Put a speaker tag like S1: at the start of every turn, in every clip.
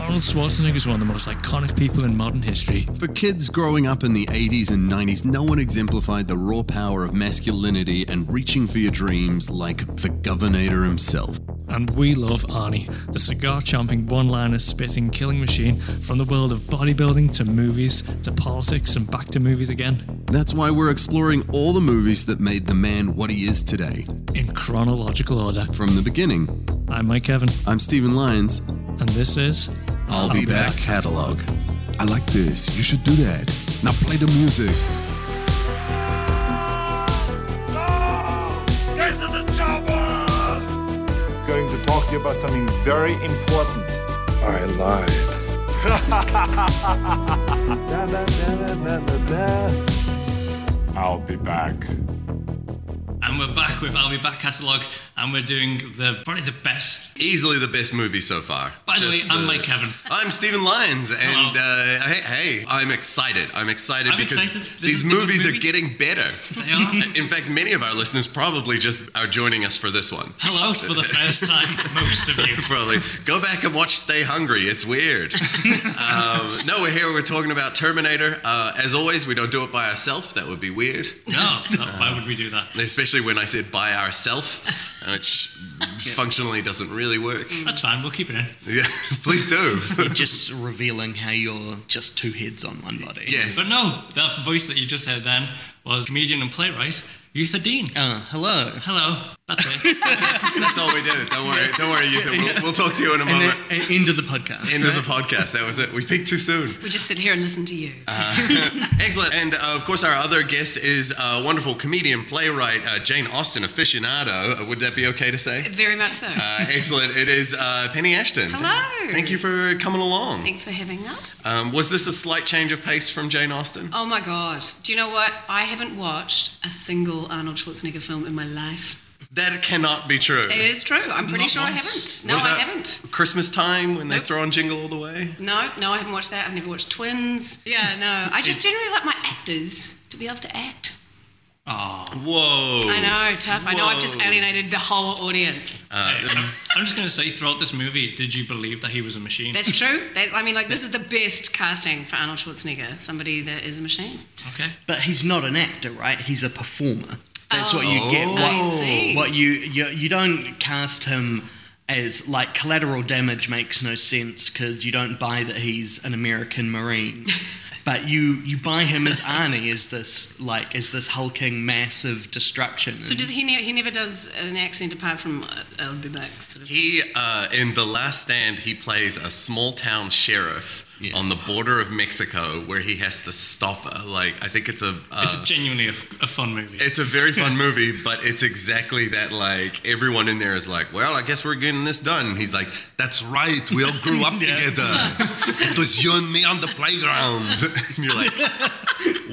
S1: Arnold Schwarzenegger is one of the most iconic people in modern history.
S2: For kids growing up in the 80s and 90s, no one exemplified the raw power of masculinity and reaching for your dreams like the Governator himself.
S1: And we love Arnie, the cigar chomping, one liner spitting killing machine from the world of bodybuilding to movies to politics and back to movies again
S2: That's why we're exploring all the movies that made the man what he is today
S1: in chronological order.
S2: from the beginning.
S1: I'm Mike Evan,
S2: I'm Stephen Lyons.
S1: and this is
S2: I'll, be, back, catalog. I like this. You should do that. Now play the music.
S3: Get to the chopper!
S4: going to talk to you about something very important.
S5: I lied.
S4: I'll be back.
S1: And we're back with I'll be back catalog, and we're doing the probably the best.
S2: Easily the best movie so far.
S1: By the way,
S2: Just
S1: I'm Mike Kevin.
S2: I'm Stephen Lyons, and
S1: Hello.
S2: uh, hey, hey, I'm excited. I'm excited
S1: I'm
S2: because
S1: excited. This
S2: these
S1: is a good
S2: movies
S1: movie.
S2: are getting better.
S1: They are.
S2: In fact, many of our listeners probably just are joining us for this one.
S1: Hello for the first time, most of you.
S2: Probably go back and watch Stay Hungry. It's weird. um, no, we're here. We're talking about Terminator. Uh, as always, we don't do it by ourselves. That would be weird,
S1: No, no, why would we do that?
S2: especially when I said by ourselves, which functionally doesn't really work.
S6: Mm.
S1: That's fine, we'll keep it in.
S2: Yeah, please do.
S7: just revealing how you're just two heads on one body.
S2: yes.
S1: But no, that voice that you just heard then was comedian and playwright Eutha Dean.
S7: Uh, hello.
S1: Hello, that's it.
S2: That's all we do. Don't worry. Don't worry, Ethan. We'll, we'll talk to you in a
S7: And
S2: moment.
S7: then, and end of the podcast.
S2: End of the podcast. That was it. We peaked too soon.
S6: We just sit here and listen to you.
S2: Uh, Excellent. And uh, of course, our other guest is uh, wonderful comedian, playwright, uh, Jane Austen aficionado. Uh, Would that be okay to say?
S6: Very much so.
S2: Uh, excellent. It is uh, Penny Ashton.
S6: Hello.
S2: Thank you for coming along.
S6: Thanks for having us.
S2: Um, was this a slight change of pace from Jane Austen?
S6: Oh my God. Do you know what? I haven't watched a single Arnold Schwarzenegger film in my life.
S2: That cannot be true.
S6: It is true. I'm pretty
S1: Not
S6: sure
S1: once.
S6: I haven't. No,
S2: What
S6: I
S2: about
S6: haven't.
S2: Christmas time when they
S6: Nope.
S2: throw on Jingle All the Way.
S6: No, no, I haven't watched that. I've never watched Twins. Yeah, no. I just generally like my actors to be able to act.
S1: Oh,
S2: Whoa.
S6: I know, tough. I know I've just
S2: Whoa.
S6: alienated the whole audience.
S2: Uh,
S1: I'm, I'm just going to say throughout this movie, did you believe that he was a machine?
S6: That's true. That, I mean, like, this is the best casting for Arnold Schwarzenegger somebody that is a machine.
S1: okay.
S7: But he's not an actor, right? He's a performer. That's what you get.
S2: Oh.
S7: What,
S6: I see.
S7: what you, you you don't cast him as like collateral damage makes no sense because you don't buy that he's an American Marine. But you, you buy him as Arnie as this like as this hulking mass of destruction.
S2: Hmm.
S6: So does he? Ne- he never does an accent apart from uh, "I'll be back." Sort of.
S2: He uh, in the Last Stand, he plays a small town sheriff
S7: Yeah.
S2: on the border of Mexico, where he has to stop. uh, Like I think it's a. Uh,
S1: It's genuinely a, f- a fun movie.
S2: it's a very fun movie, but it's exactly that. Like everyone in there is like, "Well, I guess we're getting this done." He's like, "That's right. We all grew up together. It was you and me on the playground." and you're like,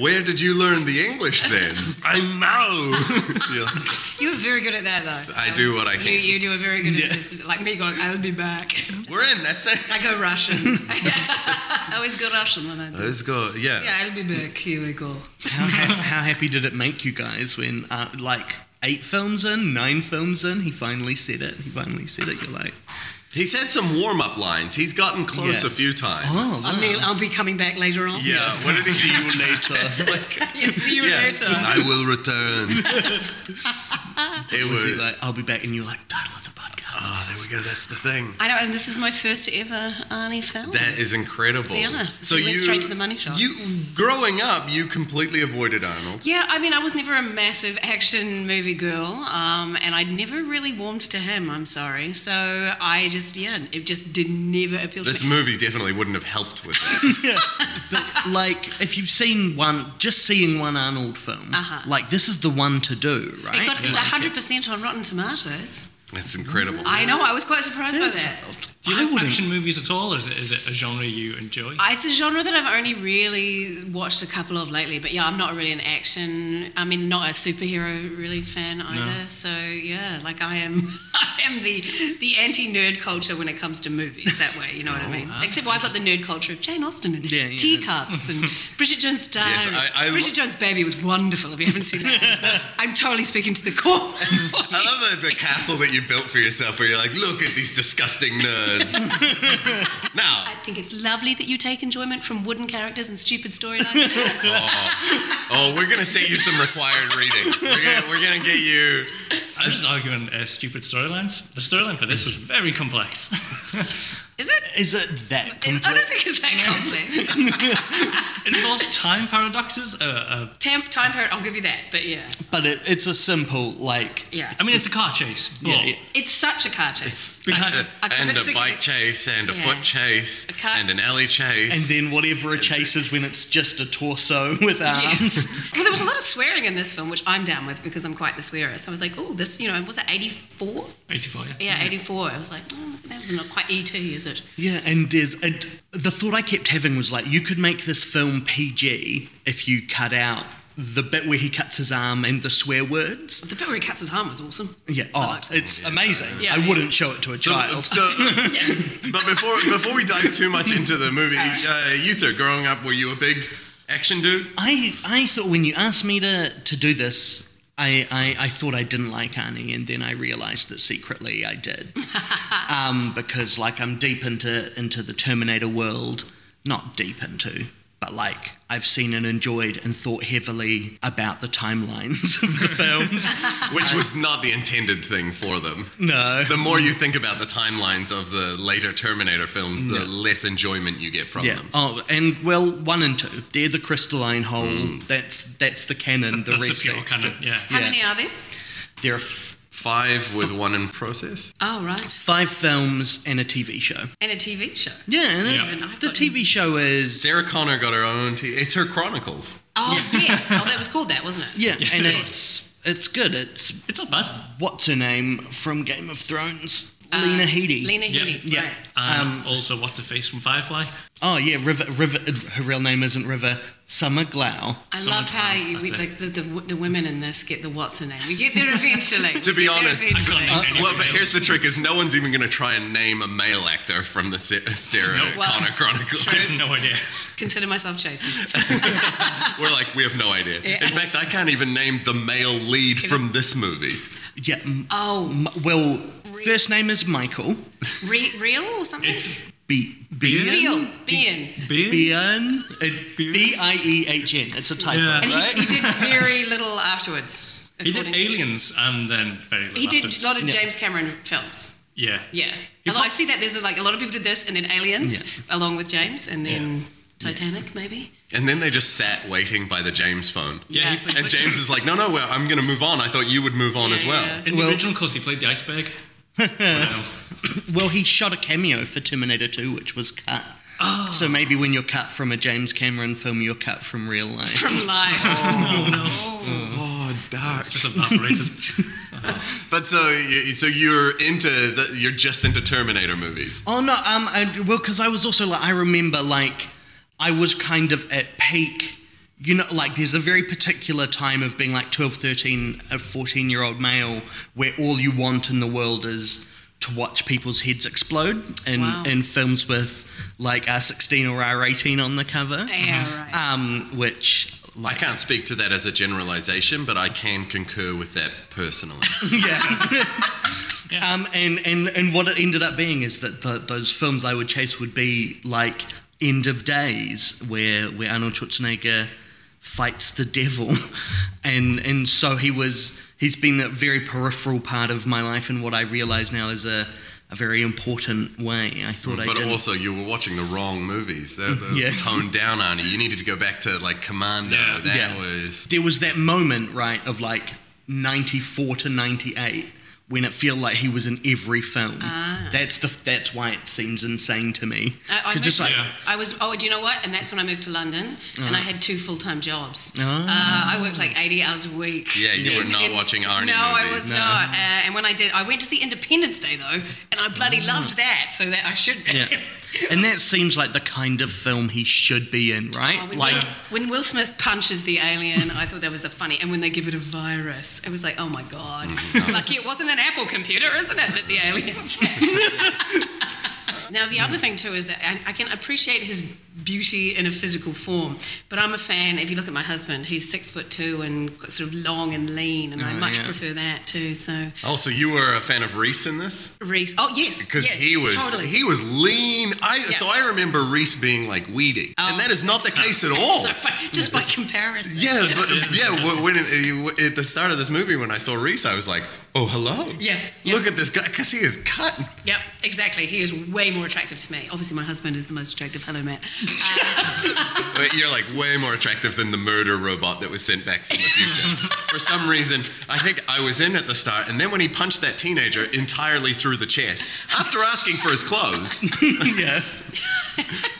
S2: "Where did you learn the English then?" I know. You're like,
S6: You're very good at that, though.
S2: I do what I
S6: You,
S2: can.
S6: you do a very good
S7: Yeah.
S6: at this. Like me going, "I'll be back."
S2: we're in. That's it.
S6: I go Russian. I always go Russian when I do.
S2: Let's go.
S6: yeah, I'll be back. Here we go.
S7: How, ha- how happy did it make you guys when, uh, like, eight films in, nine films in, he finally said it? He finally said it. You're like,
S2: He said some warm up lines. He's gotten close
S7: Yeah.
S2: a few times.
S7: oh,
S6: I mean, I'll be coming back later on.
S2: Ah. Yeah, what did he
S7: see you later.
S2: like?
S6: Yeah, see you
S2: yeah,
S6: later.
S2: I will return. it
S7: Was he
S2: was.
S7: like, I'll be back, and you're like, title of the podcast.
S2: Oh, there we go. That's the thing.
S6: I know, and this is my first ever Arnie film.
S2: That is incredible.
S6: Yeah, he went straight to the money shot.
S2: You growing up, you completely avoided Arnold.
S6: Yeah, I mean, I was never a massive action movie girl, um, and I never really warmed to him. I'm sorry, so I just yeah, it just did never appeal
S2: This
S6: to me.
S2: movie definitely wouldn't have helped with that.
S7: Like, if you've seen one, just seeing one Arnold film,
S6: Uh-huh.
S7: like, this is the one to do, right?
S6: It got it's
S7: Like,
S6: hundred percent on Rotten Tomatoes.
S2: That's incredible.
S6: I know. I was quite surprised by that.
S1: do you
S7: I
S1: like
S7: wouldn't-
S1: action movies at all, or is it, is it a genre you enjoy?
S6: I- It's a genre that I've only really watched a couple of lately. But yeah, I'm not really an action. I mean, not a superhero really fan either. So yeah, like I am. I am the the anti nerd culture when it comes to movies. That way, you know what I mean. Except well, I've got the nerd culture of Jane Austen and
S7: Oh, Yeah, yeah.
S6: teacups and Bridget Jones' Diary.
S2: I- I lo-
S6: Bridget Jones' Baby was wonderful. If you haven't seen that, I'm totally speaking to the core.
S2: I love the, the castle that you built for yourself where you're like, look at these disgusting nerds. now,
S6: I think it's lovely that you take enjoyment from wooden characters and stupid storylines.
S2: oh, oh, we're going to set you some required reading. We're going we're gonna get you.
S1: I'm just arguing uh, stupid storylines. The storyline for this was very complex.
S6: Is it?
S7: Is it that
S6: I
S7: complex?
S6: don't think it's that concept.
S1: it involves time paradoxes. Uh, uh,
S6: Temp, time period, I'll give you that, but yeah.
S7: But it, it's a simple, like,
S6: Yeah.
S1: I mean, it's a car chase, but
S7: Yeah, yeah.
S6: it's such a car chase.
S1: behind-
S6: I'm
S2: and
S6: convinced
S2: a
S6: we
S2: bike
S6: could-
S2: chase, and a
S6: Yeah.
S2: foot chase,
S6: A cut-
S2: and an alley chase.
S7: and then whatever a chase is when it's just a torso with arms.
S6: Yes. well, there was a lot of swearing in this film, which I'm down with because I'm quite the swearer. So I was like, oh, this, you know, was it 84?
S1: 84.
S6: Yeah, 84. I was like, oh, that was not quite ET, is it?
S7: Yeah, and there's and the thought I kept having was like, you could make this film PG if you cut out the bit where he cuts his arm and the swear words.
S6: The bit where he cuts his arm was awesome.
S7: Yeah,
S6: I
S7: oh,
S6: liked it.
S7: it's amazing.
S6: Yeah,
S7: I
S6: yeah.
S7: wouldn't show it to a child.
S2: So, but before before we dive too much into the movie, uh, you two, growing up, were you a big action dude?
S7: I I thought when you asked me to to do this. I, I, I thought I didn't like Arnie, and then I realised that secretly I did, um, because like I'm deep into into the Terminator world, not deep into, but like I've seen and enjoyed and thought heavily about the timelines of the films.
S2: Which was not the intended thing for them.
S7: no,
S2: The more you think about the timelines of the later Terminator films, the less enjoyment you get from
S7: yeah.
S2: them.
S7: Oh, and well, one and two, they're the crystalline hole. That's that's the canon. The
S1: Hmm. That's the
S7: rest,
S1: pure canon. Yeah.
S6: How
S7: Yeah.
S6: many are there?
S7: there are f-
S2: Five with one in process.
S6: Oh, right.
S7: five films and a TV show.
S6: And a TV show.
S7: Yeah, and
S1: Yeah.
S7: it-
S6: And I've
S7: the
S6: got-
S7: TV show is
S2: Sarah Connor got her own. T- it's her chronicles.
S6: Oh, yes. Oh, that was called that, wasn't it?
S7: yeah, and
S1: Yeah.
S7: it's it's good. It's
S1: It's not bad.
S7: what's her name from Game of Thrones,
S6: Uh,
S7: Lena Headey.
S6: Lena Headey.
S7: Yeah.
S6: Right.
S1: And
S7: Um,
S1: also, what's her face from Firefly?
S7: Oh yeah, River River. Her real name isn't River. Summer Glau.
S6: I
S1: Some
S6: love
S1: of
S6: how
S1: them,
S6: you, we,
S1: that's
S6: like, the, the, the women in this get the Watson name. We get there eventually.
S2: To be
S6: We get there
S2: honest, I
S1: I
S6: eventually.
S1: can't name anything
S2: Well, but
S1: else.
S2: here's the trick: is no one's even going to try and name a male actor from the Sa- Sarah
S1: No.
S6: Well,
S2: Connor chronicles.
S1: I have no idea.
S6: Consider myself Jason.
S2: We're like, we have no idea.
S6: Yeah.
S2: In fact, I can't even name the male lead from this movie.
S7: Yeah. m-
S6: Oh,
S7: m- well, first name is Michael.
S6: re- real or something?
S1: It's
S7: B
S6: real.
S7: Bian.
S6: Being.
S1: beer.
S7: uh, Bian. B i e h n. It's a typo,
S1: Yeah.
S6: And
S7: right?
S6: he, he did very little afterwards.
S1: He did
S6: according-
S1: Aliens and then very little
S6: He did
S1: afterwards.
S6: a lot of
S7: Yeah.
S6: James Cameron films.
S1: Yeah.
S6: Yeah. Although I see that there's like a lot of people did this and then Aliens along with James and then Titanic maybe.
S2: And then they just sat waiting by the James phone.
S1: Yeah.
S6: Yeah.
S1: He played,
S2: And James is like, no, no, well, I'm going to move on. I thought you would move on
S6: Yeah,
S2: as well.
S6: yeah.
S1: in
S7: Well-
S1: the original, of course, he played the iceberg. Um,
S7: Well, he shot a cameo for Terminator 2, which was cut.
S1: Oh.
S7: So maybe when you're cut from a James Cameron film, you're cut from real life.
S6: From live.
S1: oh no.
S2: Oh, dark.
S1: It's just evaporated.
S2: But so, you- so you're into, the, you're just into Terminator movies.
S7: Oh no, um, I, well, because I was also like, I remember like, I was kind of at peak. You know, like there's a very particular time of being like 12, 13, a 14 year old male where all you want in the world is to watch people's heads explode in,
S6: Wow.
S7: in films with like R16 or R18 on the cover.
S6: Yeah, right.
S7: Um, which,
S2: I
S7: like,
S2: can't speak to that as a generalization, but I can concur with that personally.
S7: yeah. Um, and, and, and what it ended up being is that the, those films I would chase would be like End of Days, where, where Arnold Schwarzenegger fights the devil. And, and so he was, he's been a very peripheral part of my life, and what I realize now is a, a very important way. I thought I
S2: Mm, but
S7: didn't.
S2: also, you were watching the wrong movies. That that was
S7: Yeah.
S2: toned down, Arnie. You needed to go back to like Commando.
S1: Yeah.
S2: that
S7: Yeah.
S2: was.
S7: there was that moment, right, of like 94 to 98 when it felt like he was in every film. That's the that's why it seems insane to me.
S6: Ah. I, I
S7: 'Cause just
S6: moved
S7: like
S6: to-
S1: Yeah.
S6: I was. Oh, do you know what? And that's when I moved to London, and I had two full time jobs.
S7: Ah.
S6: Uh, I worked like eighty hours a week.
S2: Yeah, you were not watching Arnie
S6: No, I
S2: movies.
S6: was
S7: No.
S6: not. Uh, and when I did, I went to see Independence Day though, and I bloody loved that. So that I should.
S7: Oh. yeah. And that seems like the kind of film he should be in, right?
S6: Oh, when,
S7: like
S6: Will, when Will Smith punches
S2: Mm-hmm.
S6: the alien, I thought that was the funny. And when they give it a virus, it was like, oh my god! It's lucky it wasn't an Apple computer, isn't it, that the aliens have? now, the other thing, too, is that I, I can appreciate his beauty in a physical form, but I'm a fan. If you look at my husband, he's six foot two and got sort of long and lean, and I
S7: Oh,
S6: much
S7: yeah.
S6: prefer that, too. So,
S2: Also, you were a fan of Reese in this
S6: Reese. Oh, yes.
S2: because
S6: yes,
S2: he was
S6: Totally.
S2: he was lean. I
S6: Yeah.
S2: so I remember Reese being like weedy,
S6: Oh,
S2: and that is not the case at
S6: That's
S2: all.
S6: so funny, just by comparison.
S2: Yeah, but yeah, wh- when it, at the start of this movie, when I saw Reese, I was like, "Oh, hello!"
S6: Yeah, yeah.
S2: Look at this guy, because he is cut.
S6: Yep, exactly. He is way more attractive to me. Obviously, my husband is the most attractive. Hello, Matt. Uh,
S2: But You're like way more attractive than the murder robot that was sent back from the future. For some reason, I think I was in at the start, and then when he punched that teenager entirely through the chest, after asking for his clothes,
S7: yeah.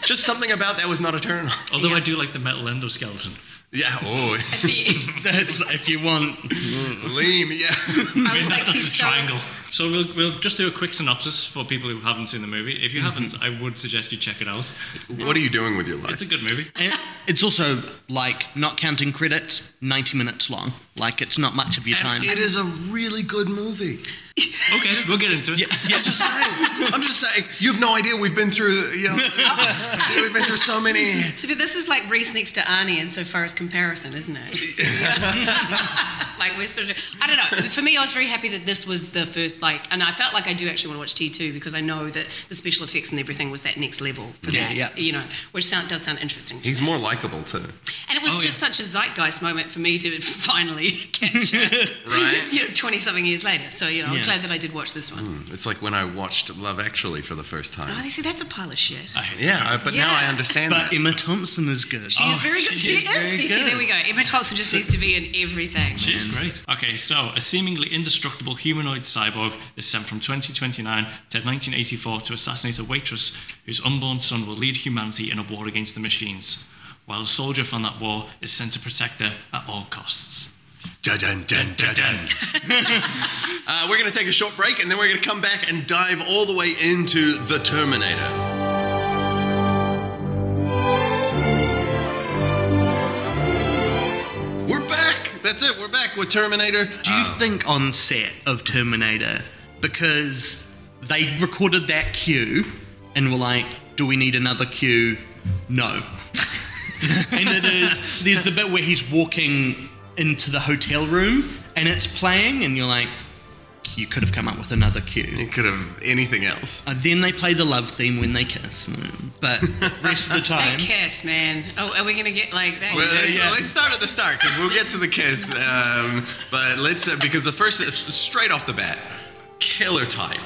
S2: just something about that was not a turn on.
S1: Although
S6: Yeah.
S1: I do like the metal endoskeleton.
S2: Yeah, oh,
S6: the-
S7: That's if you want.
S2: lean, yeah.
S6: I was like,
S1: that's
S6: he's
S1: a
S6: so-
S1: triangle. So we'll, we'll just do a quick synopsis for people who haven't seen the movie. If you haven't, I would suggest you check it out.
S2: What are you doing with your life?
S1: It's a good movie.
S7: And It's also like not counting credits, 90 minutes long. Like it's not much of your time.
S2: it is a really good movie.
S1: Okay, we'll get into it.
S7: Yeah, yeah,
S2: I'm just saying. I'm just saying. You have no idea. We've been through. You know, we've been through so many.
S6: So, but this is like Reese next to Arnie insofar as comparison, isn't it? like we're sort of, I don't know. For me, I was very happy that this was the first, like, and I felt like I do actually want to watch T2 because I know that the special effects and everything was that next level for
S7: Yeah,
S6: that,
S7: yeah.
S6: you know, which sound, does sound interesting. To
S2: He's
S6: me.
S2: more likable too,
S6: And it was
S1: Oh,
S6: just
S1: yeah.
S6: such a zeitgeist moment for me to finally capture,
S2: right?
S6: you know, 20 something years later. So, you know, I was
S7: Yeah.
S6: glad that I did watch this one.
S2: It's like when I watched Love Actually for the first
S6: Oh,
S2: time.
S6: they say that's a pile of shit.
S1: I hate
S2: Yeah, I- but now I
S6: Yeah.
S2: understand
S7: but
S2: that.
S7: Emma Thompson is good.
S6: She is very good.
S7: she
S6: She,
S7: is
S6: is.
S7: very
S6: See, see, there
S7: good.
S6: we go. Emma Thompson just needs to be in everything.
S1: She's great. Okay, so a seemingly indestructible humanoid cyborg is sent from 2029 to 1984 to assassinate a waitress whose unborn son will lead humanity in a war against the machines, while a soldier from that war is sent to protect her at all costs.
S2: Dun, dun, dun, dun, dun. uh, we're going to take a short break, and then we're going to come back and dive all the way into the Terminator. We're back. That's it. We're back with Terminator.
S7: Do you think on set of Terminator, because they recorded that cue and were like, do we need another cue? No. and it is, there's the bit where he's walking into the hotel room and it's playing, and you're like, you could have come up with another cue.
S2: It could have anything else.
S7: Uh, then they play the love theme when they kiss, mm, but rest of the time.
S6: That kiss, man. Oh, are we going to get like that?
S2: Well, let's,
S7: yeah.
S2: let's start at the start because we'll get to the kiss. Um, but let's uh, because the first straight off the bat, killer type,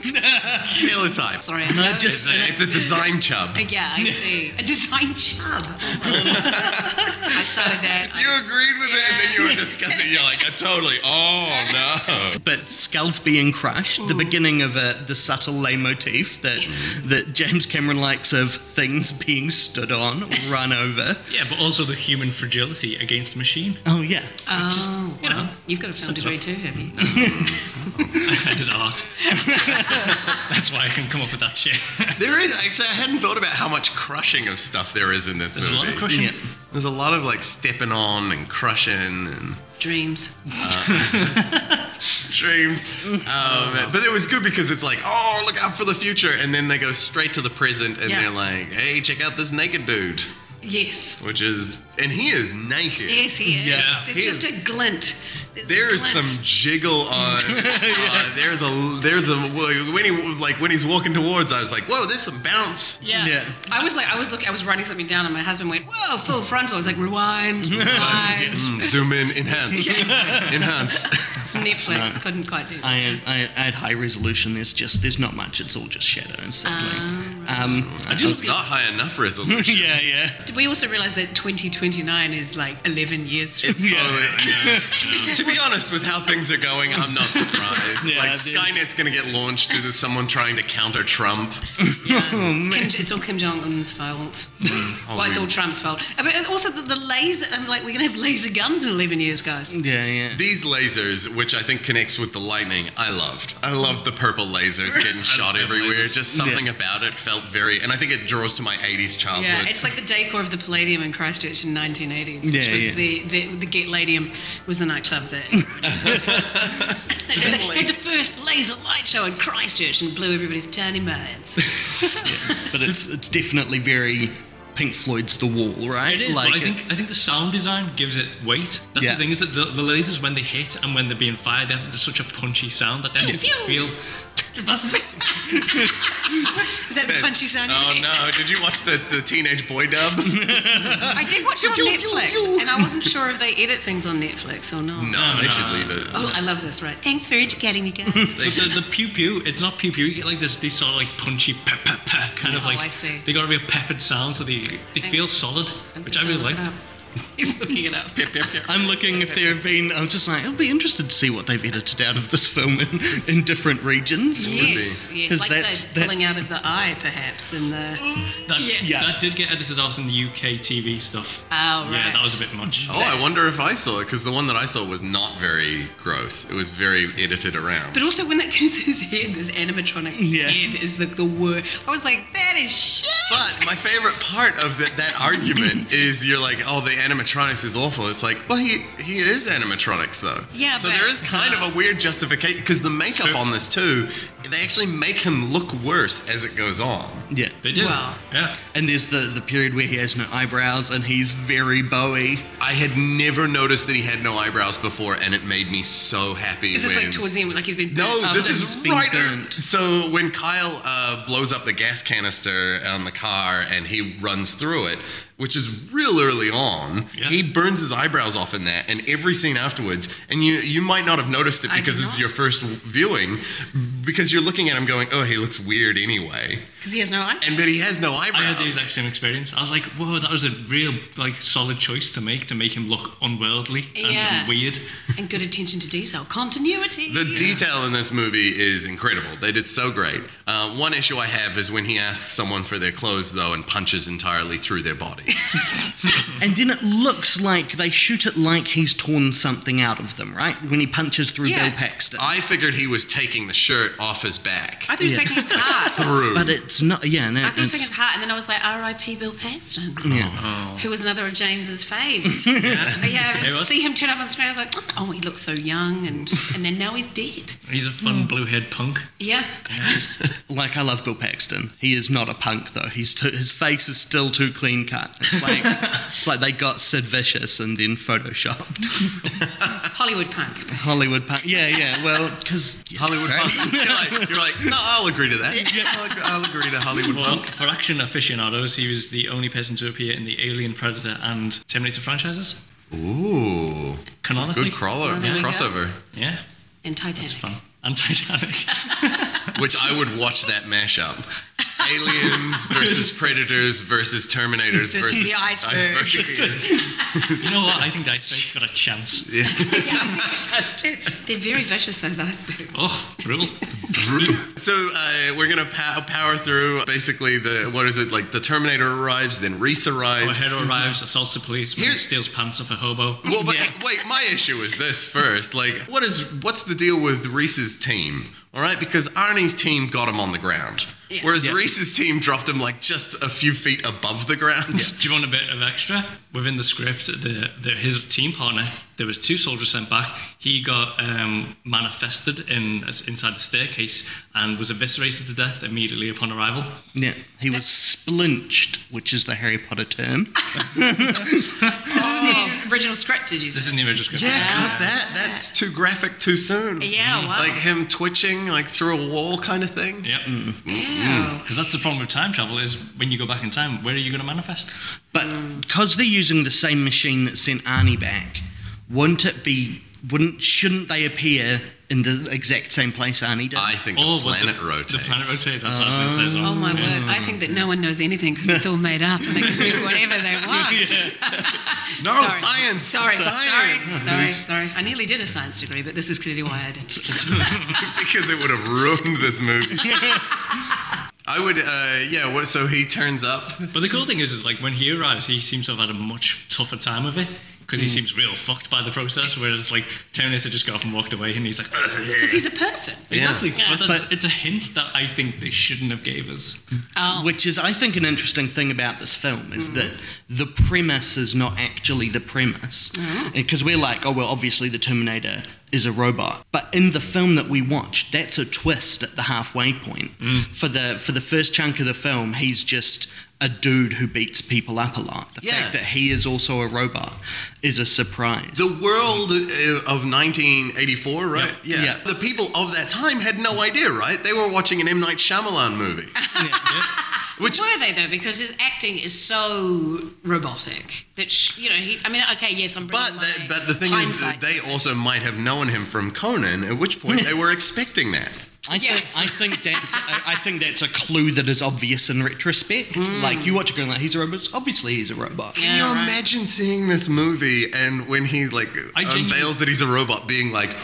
S2: killer type.
S6: Sorry. I
S7: No,
S6: know.
S7: just-
S2: It's a, it's a design chub.
S6: Yeah, I see. A design chub. I started that.
S2: You agreed with it, and then you were discussing. You're like, "Uh, totally. Oh no.
S7: But skulls being crushed, the beginning of a, the subtle leitmotif that that James Cameron likes of things being stood on, or run over.
S1: Yeah, but also the human fragility against the machine.
S7: Oh yeah,
S6: oh,
S1: just, you know,
S6: wow. You've got a film
S1: sets it
S6: degree
S1: up.
S6: too, have you?
S1: I did art. That's why I can come up with that shit.
S2: There is actually. I hadn't thought about how much crushing of stuff there is in this
S1: There's a
S2: movie.
S1: lot of crushing.
S7: Yeah.
S2: There's a lot of like stepping on and crushing and
S6: Dreams.
S2: dreams.
S6: Mm-hmm.
S2: Um, but it was good because it's like, oh, look out for the future, and then they go straight to the present, and
S6: Yeah.
S2: they're like, hey, check out this naked dude,
S6: Yes.
S2: which is, and he is naked.
S6: Yes, he is.
S7: Yeah.
S6: There's
S2: He
S6: just
S2: is-
S6: a glint. There's a
S2: There is
S6: glint.
S2: some jiggle on. uh, there's a there's a when he like when he's walking towards, I was like, whoa, there's some bounce.
S6: Yeah.
S7: Yeah.
S6: I was like, I was looking, I was writing something down, and my husband went, "Whoa, full frontal!" I was like, "Rewind, rewind."
S2: Mm, zoom in, enhance, enhance.
S6: Some Netflix couldn't quite do. That.
S7: I had, I had high resolution. There's just there's not much. It's all just shadows. Sadly.
S6: Ah,
S7: Um, I do.
S2: It's not high enough resolution.
S7: yeah, yeah.
S6: we also realize that 2029 is like 11 years.
S2: It's
S7: Yeah.
S2: totally- yeah. to be honest, with how things are going, I'm not surprised.
S7: Yeah,
S2: like
S7: it is.
S2: Skynet's going to get launched due to someone trying to counter Trump.
S6: yeah.
S7: Oh, man.
S6: Kim, it's all Kim Jong Un's fault.
S2: Oh,
S6: well, it's
S2: we-
S6: all Trump's fault. Uh, But and also the, the laser. I'm like, we're gonna have laser guns in 11 years, guys.
S7: Yeah, yeah.
S2: These lasers, which I think connects with the lightning, I loved. I loved the purple lasers getting shot
S1: purple
S2: everywhere.
S1: lasers.
S2: Just something about it felt very, and I think it draws to my 80s childhood.
S6: Yeah, it's like the decor of the Palladium in Christchurch in 1980s, which
S7: Yeah,
S6: was
S7: yeah.
S6: the the the Gatladium was the nightclub it. They had the first laser light show in Christchurch and blew everybody's tiny minds.
S7: But it's it's definitely very Pink Floyd's The Wall, right?
S1: It is, but I
S7: it-
S1: think I think the sound design gives it weight. That's
S7: Yeah.
S1: the thing is that the, the lasers when they hit and when they're being fired, they have such a punchy sound that they
S6: Pew,
S1: actually
S6: pew.
S1: feel. That's the thing.
S6: Is that the punchy sound? you
S2: Oh
S6: made?
S2: no! Did you watch the, the teenage boy dub?
S6: I did watch it on Netflix, and I wasn't sure if they edit things on Netflix or not.
S2: No, they should leave it.
S6: Oh, I love this, right? Thanks for educating me, guys.
S1: But the, the pew pew, it's not pew pew. You get like this, these sort of like punchy pep pep pep kind of
S6: Oh,
S1: like.
S6: I see.
S1: They got a real peppered sound, so they they feel solid, which I really
S6: Look it
S1: liked.
S6: up. He's looking it up.
S7: uh, I'm looking if there have been. I'm just like, I'll be interested to see what they've edited out of this film in, in different regions.
S6: Yes, yes.
S7: 'Cause
S6: Like
S7: that's-
S6: the
S7: that-
S6: pulling out of the eye, perhaps, and the. oh,
S1: That,
S6: Yeah.
S7: Yeah.
S1: that did get edited out in the UK TV stuff.
S6: Oh,
S1: Yeah, that
S6: right.
S1: was a bit much.
S2: Oh, I wonder if I saw it because the one that I saw was not very gross. It was very edited around.
S6: But also when that goes to his head, his animatronic
S7: Yeah.
S6: head is like the worst. I was like, that is shit.
S2: But my favorite part of that that argument is you're like, oh, the animatronics is awful. It's like, well, he he is animatronics though.
S6: Yeah,
S2: So
S6: but-
S2: there is kind of a weird justification because the makeup
S1: true.
S2: on this too, they actually make him look worse as it goes on.
S7: Yeah.
S1: They did.
S6: Wow.
S1: Yeah.
S7: And there's the, the period where he has no eyebrows and he's very Bowie.
S2: I had never noticed that he had no eyebrows before, and it made me so happy.
S6: is this
S2: when-
S6: like towards the end, like he's been
S2: No,
S6: burnt
S2: this
S6: up?
S7: he's
S2: is
S7: being
S2: right.
S7: burned.
S2: So when Kyle uh, blows up the gas canister on the car and he runs through it, which is real early on,
S1: Yeah.
S2: he burns his eyebrows off in that, and every scene afterwards. And you you might not have noticed it
S6: I did
S2: because this is
S6: not.
S2: your first viewing, because you're looking at him going, "Oh, he looks weird anyway,"
S6: because he has no eye.
S2: and but he has no eyebrows.
S1: I had the exact same experience. I was like, "Whoa, that was a real like solid choice to make to make him look unworldly and,
S6: Yeah.
S1: and weird."
S6: and good attention to detail, continuity.
S2: The detail in this movie is incredible. They did so great. Uh, one issue I have is when he asks someone for their clothes, though, and punches entirely through their body.
S7: And then it looks like they shoot it like he's torn something out of them, right? When he punches through
S6: Yeah.
S7: Bill Paxton.
S2: I figured he was taking the shirt off his back.
S6: I thought he was
S7: Yeah.
S6: taking his heart.
S2: Through.
S7: but it's not, yeah. No,
S6: I thought he was taking
S7: it's-
S6: his heart, and then I was like, R.I.P. Bill Paxton,
S7: yeah.
S6: who was another of James's faves. But yeah, I
S1: He was.
S6: see him turn up on screen. I was like, oh, he looks so young, and and then now he's dead.
S1: He's a fun blue-haired punk.
S6: Yeah,
S7: Like, I love Bill Paxton. He is not a punk, though. He's too, his face is still too clean cut. It's like, it's like they got Sid Vicious and then photoshopped.
S6: Hollywood punk.
S7: Hollywood punk. Yeah, yeah. Well, because.
S2: Hollywood punk. You're like, you're like, no, I'll agree to that. I'll, I'll agree to Hollywood
S1: Well,
S2: punk.
S1: for action aficionados, he was the only person to appear in the Alien, Predator, and Terminator franchises.
S2: Ooh,
S1: Canonically,
S2: good crawler
S6: Well, there we go.
S2: crossover.
S1: yeah,
S6: and Titanic.
S1: fun and Titanic.
S2: Which I would watch that mashup. Aliens versus predators versus terminators
S6: Versus
S2: versus,
S6: the iceberg.
S2: iceberg.
S1: you know what? I think the iceberg's got a chance.
S6: Yeah, I think it does too. They're very vicious, those icebergs.
S1: Oh, brutal!
S2: so uh, we're gonna pow- power through. Basically, the what is it like? The Terminator arrives, then Reese
S1: Our
S2: arrives.
S1: hero arrives, assaults a policeman,
S2: Here-
S1: steals pants off a hobo.
S2: Well, but wait, my issue is this first. Like, what is what's the deal with Reese's team? All right, because Arnie's team got him on the ground,
S6: Yeah.
S2: whereas
S7: Yeah.
S2: Reese's team dropped him like just a few feet above the ground.
S1: Do you want a bit of extra? Within the script, the, the, his team partner, there was two soldiers sent back. He got um, manifested in inside the staircase and was eviscerated to death immediately upon arrival.
S7: Yeah, he was splinched, which is the Harry Potter term.
S6: This is the original script, did you
S1: This
S6: say?
S1: is in the original script.
S2: Yeah, cut that. That's too graphic too soon.
S6: Yeah, wow.
S2: Like him twitching like through a wall kind of thing.
S1: Yep.
S6: Ew.
S1: Because that's the problem with time travel is when you go back in time, where are you going to manifest?
S7: But because they're using the same machine that sent Arnie back, wouldn't it be? Wouldn't shouldn't they appear in the exact same place Arnie did?
S2: I think
S1: Oh,
S2: the
S1: well,
S2: planet rotates.
S1: The planet rotates. That's what I was going to say. as well.
S6: Oh my
S1: Yeah.
S6: word! I think that no one knows anything because it's all made up, and they can do whatever they want.
S2: No,
S6: Sorry.
S2: Oh, science.
S6: Sorry,
S2: science.
S6: sorry, sorry, sorry. I nearly did a science degree, but this is clearly why I didn't.
S2: because it would have ruined this movie. I would, uh, yeah. What, so he turns up.
S1: But the cool thing is, is like when he arrives, he seems to have had a much tougher time of it. because he
S2: Mm.
S1: seems real fucked by the process, whereas like Terminator just got up and walked away, and he's like, "Ugh."
S6: because he's a person.
S1: exactly.
S6: Yeah.
S1: But, that's,
S7: But-
S1: it's a hint that I think they shouldn't have gave us.
S6: Oh,
S2: Um,
S7: Which is, I think, an interesting thing about this film is
S2: Mm-hmm.
S7: that the premise is not actually the premise.
S2: Mm-hmm.
S7: Because we're like, oh, well, obviously the Terminator is a robot. But in the film that we watched, that's a twist at the halfway point.
S2: Mm.
S7: For, the, for the first chunk of the film, he's just a dude who beats people up a lot. The
S2: Yeah.
S7: fact that he is also a robot is a surprise.
S2: The world uh, of 1984, right? Yeah.
S7: Yeah.
S2: The people of that time had no idea, right? They were watching an M. Night Shyamalan movie. Which,
S6: were they though? Because his acting is so robotic that sh- you know. He, I mean, okay, yes, I'm.
S2: but
S6: bringing
S2: the,
S6: my
S2: but the thing is, that
S6: hindsight. Hmm.
S2: they also might have known him from Conan, at which point they were expecting that.
S7: I
S6: Yes.
S7: think I think that's I, I think that's a clue that is obvious in retrospect.
S2: Mm.
S7: Like you watch it going like he's a robot. it's Obviously he's a robot.
S6: Yeah,
S2: Can you
S6: right.
S2: imagine seeing this movie and when he like
S1: I genuinely-
S2: unveils that he's a robot, being like,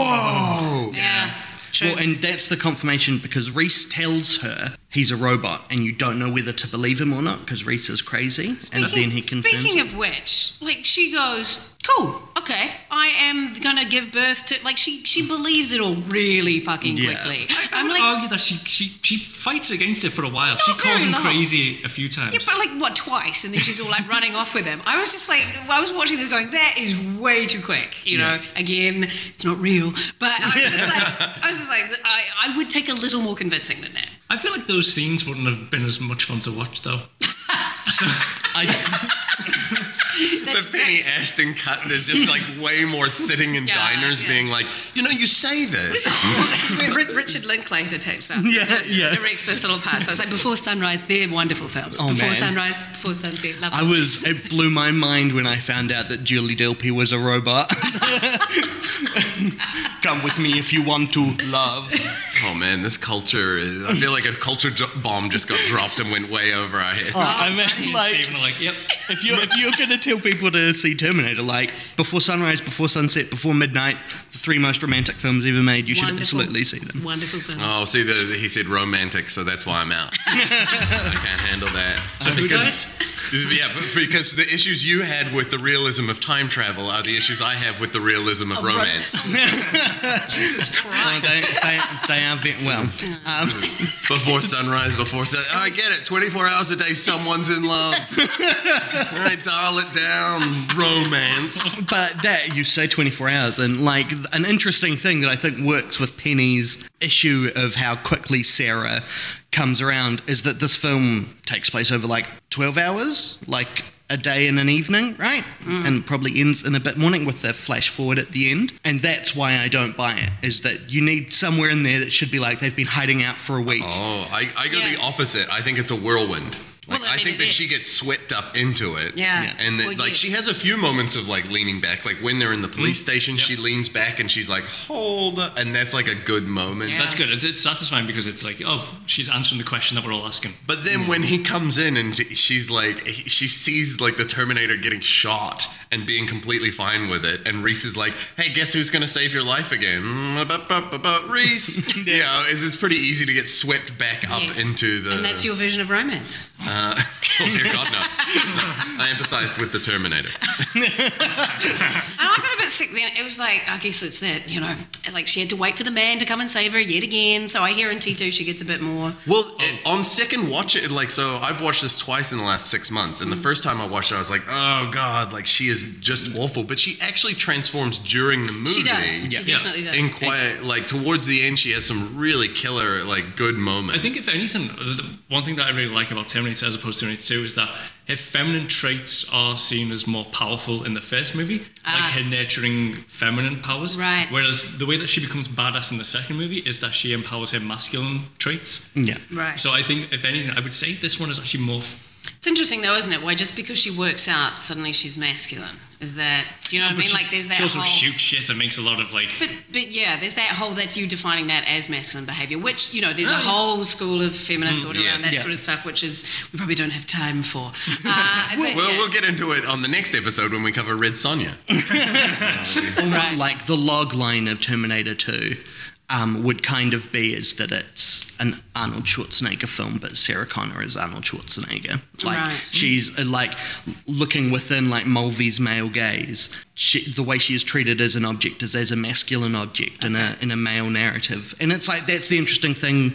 S2: "Whoa!"
S6: Yeah, true.
S7: Well, and that's the confirmation because Reese tells her he's a robot, and you don't know whether to believe him or not because Reese is crazy, and then he confirms.
S6: Speaking
S7: it.
S6: of which, like she goes, "Cool, okay, I am gonna give birth to." Like she she believes it all really fucking
S7: Yeah.
S6: quickly.
S1: I
S6: I'm
S1: would
S6: like,
S1: argue that she, she she fights against it for a while. she
S6: very
S1: calls him
S6: long.
S1: crazy a few times.
S6: yeah, but like what twice, and then she's all like running off with him. I was just like, I was watching this going, that is way too quick. You know, again, it's not real, but I was just like, I was just like, I, I would take a little more convincing than that.
S1: I feel like those scenes wouldn't have been as much fun to watch though. so,
S7: I,
S6: That's
S2: the Penny Ashton cut there's just like way more sitting in
S6: Yeah,
S2: diners
S6: yeah.
S2: being like, you know, you say this.
S6: This is where Ri- Richard Linklater takes up.
S7: Yeah,
S6: just
S7: yeah.
S6: Directs this little part. So it's like Before Sunrise, they're wonderful films.
S7: Oh,
S6: Before
S7: man.
S6: Sunrise, Before Sunset, love
S7: I
S6: it.
S7: was it blew my mind when I found out that Julie Delpy was a robot. Come with me if you want to love.
S2: oh man, this culture is. I feel like a culture dro- bomb just got dropped and went way over our head.
S7: I
S1: me
S7: mean,
S1: and
S7: like.
S1: Stephen are like, yep.
S7: If you're, if you're going to tell people to see Terminator, like before sunrise, before sunset, before midnight, the three most romantic films ever made, you should
S6: Wonderful-
S7: absolutely see them.
S6: Wonderful films.
S2: Oh, see, the, he said romantic, so that's why I'm out. I can't handle that. So
S1: who
S2: because, yeah, but because the issues you had with the realism of time travel are the issues I have with the realism of
S6: Of ro-
S2: romance.
S6: Jesus
S7: Well,
S6: Christ.
S7: they, they, they are ve- well. Um,
S2: Before sunrise, before sun. Oh, I get it. 24 hours a day, someone's in love. All right, dial it down, romance.
S7: but that you say 24 hours, and like th- an interesting thing that I think works with Penny's issue of how quickly Sarah comes around is that this film takes place over like 12 hours, like a day and an evening, right? And probably ends in a bit morning with the flash forward at the end. And that's why I don't buy it, is that you need somewhere in there that should be like they've been hiding out for a week.
S2: Oh, I, I go
S6: Yeah.
S2: the opposite. I think it's a whirlwind. Like,
S6: Well, I
S2: I,
S6: mean,
S2: think
S6: it
S2: that she
S6: is.
S2: gets swept up into it.
S6: Yeah. Yeah.
S2: And that,
S6: Well,
S2: like, she
S6: yes.
S2: has a few moments of, like, leaning back. Like, when they're in the police station, she leans back and she's like, hold up. And that's, like, a good moment.
S6: Yeah.
S1: That's good. It's, it's satisfying because it's like, oh, she's answering the question that we're all asking.
S2: But then when he comes in and t- she's like, he- she sees like the Terminator getting shot and being completely fine with it, and Reese is like, "Hey, guess who's gonna save your life again?" Mm, ba- ba- ba- ba- Reese. yeah, you know, it's, it's pretty easy to get swept back up
S6: Yes.
S2: into the.
S6: And that's your version of romance.
S2: Uh, oh dear God, no. no. I empathized with the Terminator.
S6: And I got a bit sick then. It was like, I guess it's that, you know, like she had to wait for the man to come and save her yet again. So I hear in T2 she gets a bit more.
S2: Well, it- on second watch, it like so, I've watched this twice in the last six months,
S6: Mm.
S2: and the first time I watched it, I was like, "Oh God, like she is just awful." But she actually transforms during the movie.
S6: She does. She
S1: Yeah.
S6: definitely does.
S2: in quiet like towards the end she has some really killer like good moments
S1: I think if anything, the one thing that I really like about Terminator as opposed to Terminator 2 is that her feminine traits are seen as more powerful in the first movie,
S6: Ah.
S1: like her nurturing feminine powers.
S6: Right.
S1: Whereas the way that she becomes badass in the second movie is that she empowers her masculine traits.
S7: Yeah.
S6: right.
S1: So I think, if anything, I would say this one is actually more. f-
S6: It's interesting though, isn't it? Why just because she works out, suddenly she's masculine. Is that, do you know what I mean?
S1: Oh, She-
S6: like there's that
S1: She also
S6: whole.
S1: shoots shit and makes a lot of like.
S6: But, but yeah, there's that whole that's you defining that as masculine behaviour, which you know there's
S1: Oh,
S6: a
S1: yeah.
S6: whole school of feminist thought
S2: Mm, yes.
S6: around that
S7: Yeah.
S6: sort of stuff, which is we probably don't have time for. Uh, but
S2: well
S6: yeah.
S2: we'll get into it on the next episode when we cover red sonja
S7: Or
S6: Right.
S7: like the log line of Terminator 2 um, would kind of be is that it's an Arnold Schwarzenegger film, but Sarah Connor is Arnold Schwarzenegger. Like
S6: Right.
S7: she's uh, like looking within like Mulvey's male gaze. She, the way she is treated as an object is as a masculine object in a in a male narrative, and it's like that's the interesting thing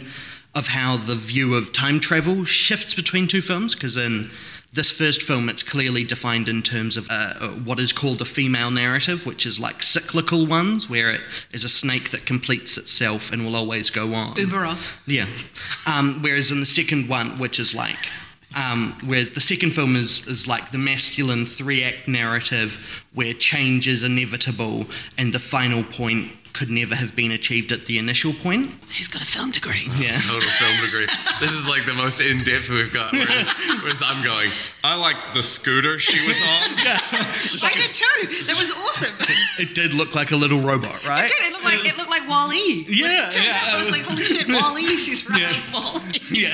S7: of how the view of time travel shifts between two films because in this first film it's clearly defined in terms of uh, uh, what is called a female narrative which is like cyclical ones where it is a snake that completes itself and will always go on
S6: Uberos.
S7: yeah. Um, whereas in the second one, which is like, um, whereas the second film is, is like the masculine three act narrative where change is inevitable and the final point could never have been achieved at the initial point.
S6: Who's got a film degree?
S2: Mm-hmm.
S7: Yeah.
S2: Total film degree. This is like the most in depth we've got. Whereas, whereas I'm going, I like the scooter she was on.
S6: I did too. That was awesome. it
S7: It did look like a little robot, right?
S6: did. It looked like it looked like Wally.
S7: Yeah,
S6: Turned
S7: yeah.
S6: out, I was like, holy shit, Wally. She's right,
S7: Yeah.
S6: Wally.
S7: Yeah.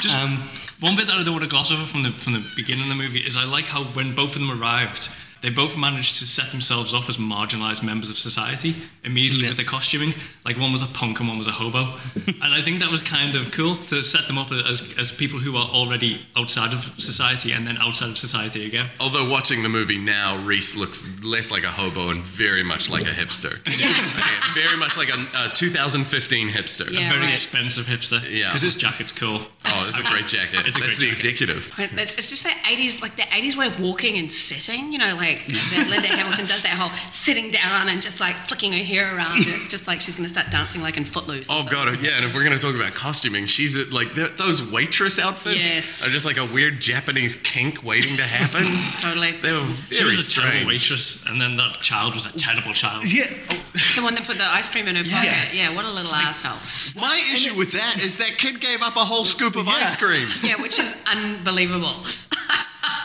S1: Just-
S7: um,
S1: One bit that I don't want to gloss over from the from the beginning of the movie is I like how when both of them arrived, they both managed to set themselves up as marginalized members of society immediately with their costuming. Like one was a punk and one was a hobo, and I think that was kind of cool to set them up as as people who are already outside of society and then outside of society again.
S2: Although watching the movie now, Reese looks less like a hobo and very much like a hipster. Yeah, very much like a, a 2015 hipster.
S6: Yeah.
S1: Very
S6: right.
S1: expensive hipster.
S2: Yeah.
S1: Because his jacket's cool.
S2: Oh, that's a great jacket.
S1: It's a
S2: that's
S1: great jacket.
S2: the executive.
S6: But It's, it's just that 80s, like the 80s way of walking and sitting, you know, like that Linda Hamilton does that whole sitting down and just like flicking her hair around. And it's just like she's going to start dancing like in Footloose. or
S2: Oh
S6: something.
S2: god, yeah. And if we're gonna talk about costuming, she's at, like th- those waitress outfits
S6: Yes.
S2: are just like a weird Japanese kink waiting to happen.
S6: Totally.
S2: they were
S1: She
S2: very
S1: was a terrible
S2: strange.
S1: waitress, and then that child was a terrible child.
S7: yeah.
S6: The one that put the ice cream in her pocket. Yeah, what a little asshole.
S2: My issue with that is that kid gave up a whole scoop of
S7: Yeah.
S2: ice cream.
S6: Yeah, which is unbelievable.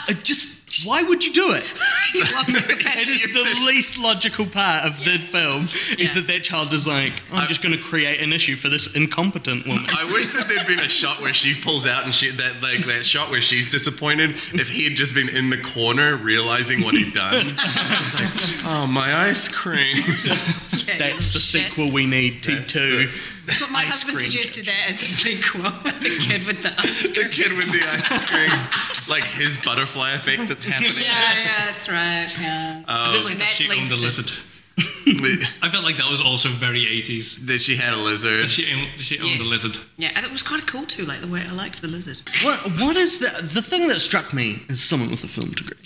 S7: It Uh, just, why would you do it?
S6: He's lost the
S7: It
S6: capacity.
S7: is the least logical part of the film is
S6: Yeah.
S7: that that child is like, I'm just going to create an issue for this incompetent woman.
S2: I wish that there'd been a shot where she pulls out and she that like that shot where she's disappointed. If he had just been in the corner realizing what he'd done, it's like, oh my ice cream.
S6: Yeah, you
S7: That's the
S6: little shit.
S7: sequel we need,
S2: That's
S7: T2.
S6: That's what my
S7: ice
S6: husband
S7: cream
S6: suggested that as a sequel. the kid with the ice
S2: the
S6: cream.
S2: kid with the ice cream, like his butterfly effect that's happening.
S6: Yeah, yeah, that's right. Yeah.
S1: I did like
S6: And
S1: that
S6: that
S1: she owned
S6: leads
S1: the
S6: to-
S1: lizard.
S2: With-
S1: I felt like that was also very 80s.
S2: That she had a lizard.
S1: She owned, she owned the
S6: Yes.
S1: lizard.
S6: Yeah, and it was kind of cool too. Like the way I liked the lizard.
S7: What, what is the the thing that struck me is someone with a film degree?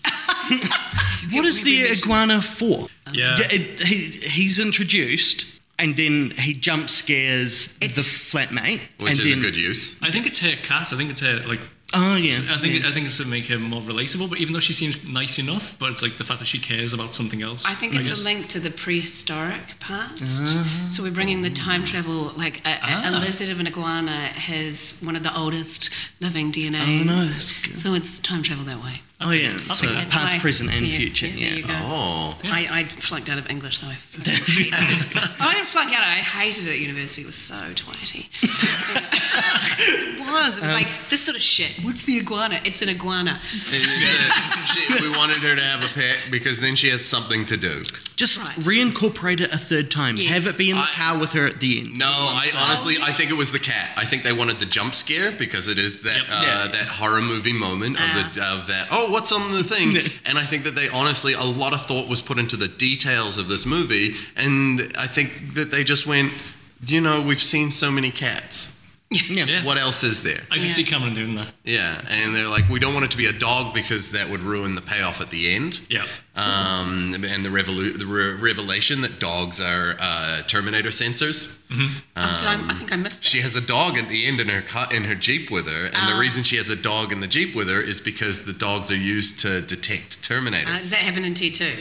S7: what is the iguana for?
S1: Yeah.
S7: Yeah, it- he, he's introduced and then he jump scares the
S6: It's-
S7: flatmate.
S2: Which
S7: and
S2: is
S7: then,
S2: a good use.
S1: I think it's her cat. I think it's her like.
S7: Oh yeah,
S1: I think
S7: yeah.
S1: I think it's to make her more relatable. But even though she seems nice enough, but it's like the fact that she cares about something else.
S6: I think it's
S1: guess.
S6: a link to the prehistoric past. So we're bringing the time travel, like a, a, a
S1: Ah.
S6: lizard of an iguana has one of the oldest living DNA.
S7: Oh, no, that's good.
S6: So it's time travel that way.
S7: oh yeah. So
S1: that's
S7: past,
S6: Like,
S7: present, and
S6: yeah,
S7: future.
S6: yeah, there
S7: Yeah.
S6: you go.
S2: Oh.
S6: I, I flunked out of English though. I, fucking hated it. Oh, I didn't flunk out. I hated it at university. It was so twatty. it was. It was like this sort of shit. What's the iguana? It's an iguana.
S2: she, we wanted her to have a pet because then she has something to do.
S7: Just
S6: Right.
S7: reincorporate it a third time.
S6: Yes.
S7: Have it be in the
S2: I-
S7: car with her at the end.
S2: No, I honestly, I
S6: yes.
S2: think it was the cat. I think they wanted the jump scare because it is that
S1: Yep.
S2: uh,
S7: Yeah.
S2: that horror movie moment of the of that. Oh, what's on the thing? and I think that they honestly, a lot of thought was put into the details of this movie, and I think that they just went, you know, we've seen so many cats.
S7: Yeah.
S1: Yeah.
S2: What else is there?
S1: I can
S6: Yeah.
S1: see Cameron doing that.
S2: Yeah, and they're like, we don't want it to be a dog because that would ruin the payoff at the end.
S1: Yeah.
S2: um, and the, revolu- the re- revelation that dogs are uh, Terminator sensors.
S6: Oh, did I, I think I missed. That.
S2: She has a dog at the end in her car, in her jeep with her, and the reason she has a dog in the jeep with her is because the dogs are used to detect Terminators.
S6: Uh, does that happen in T two?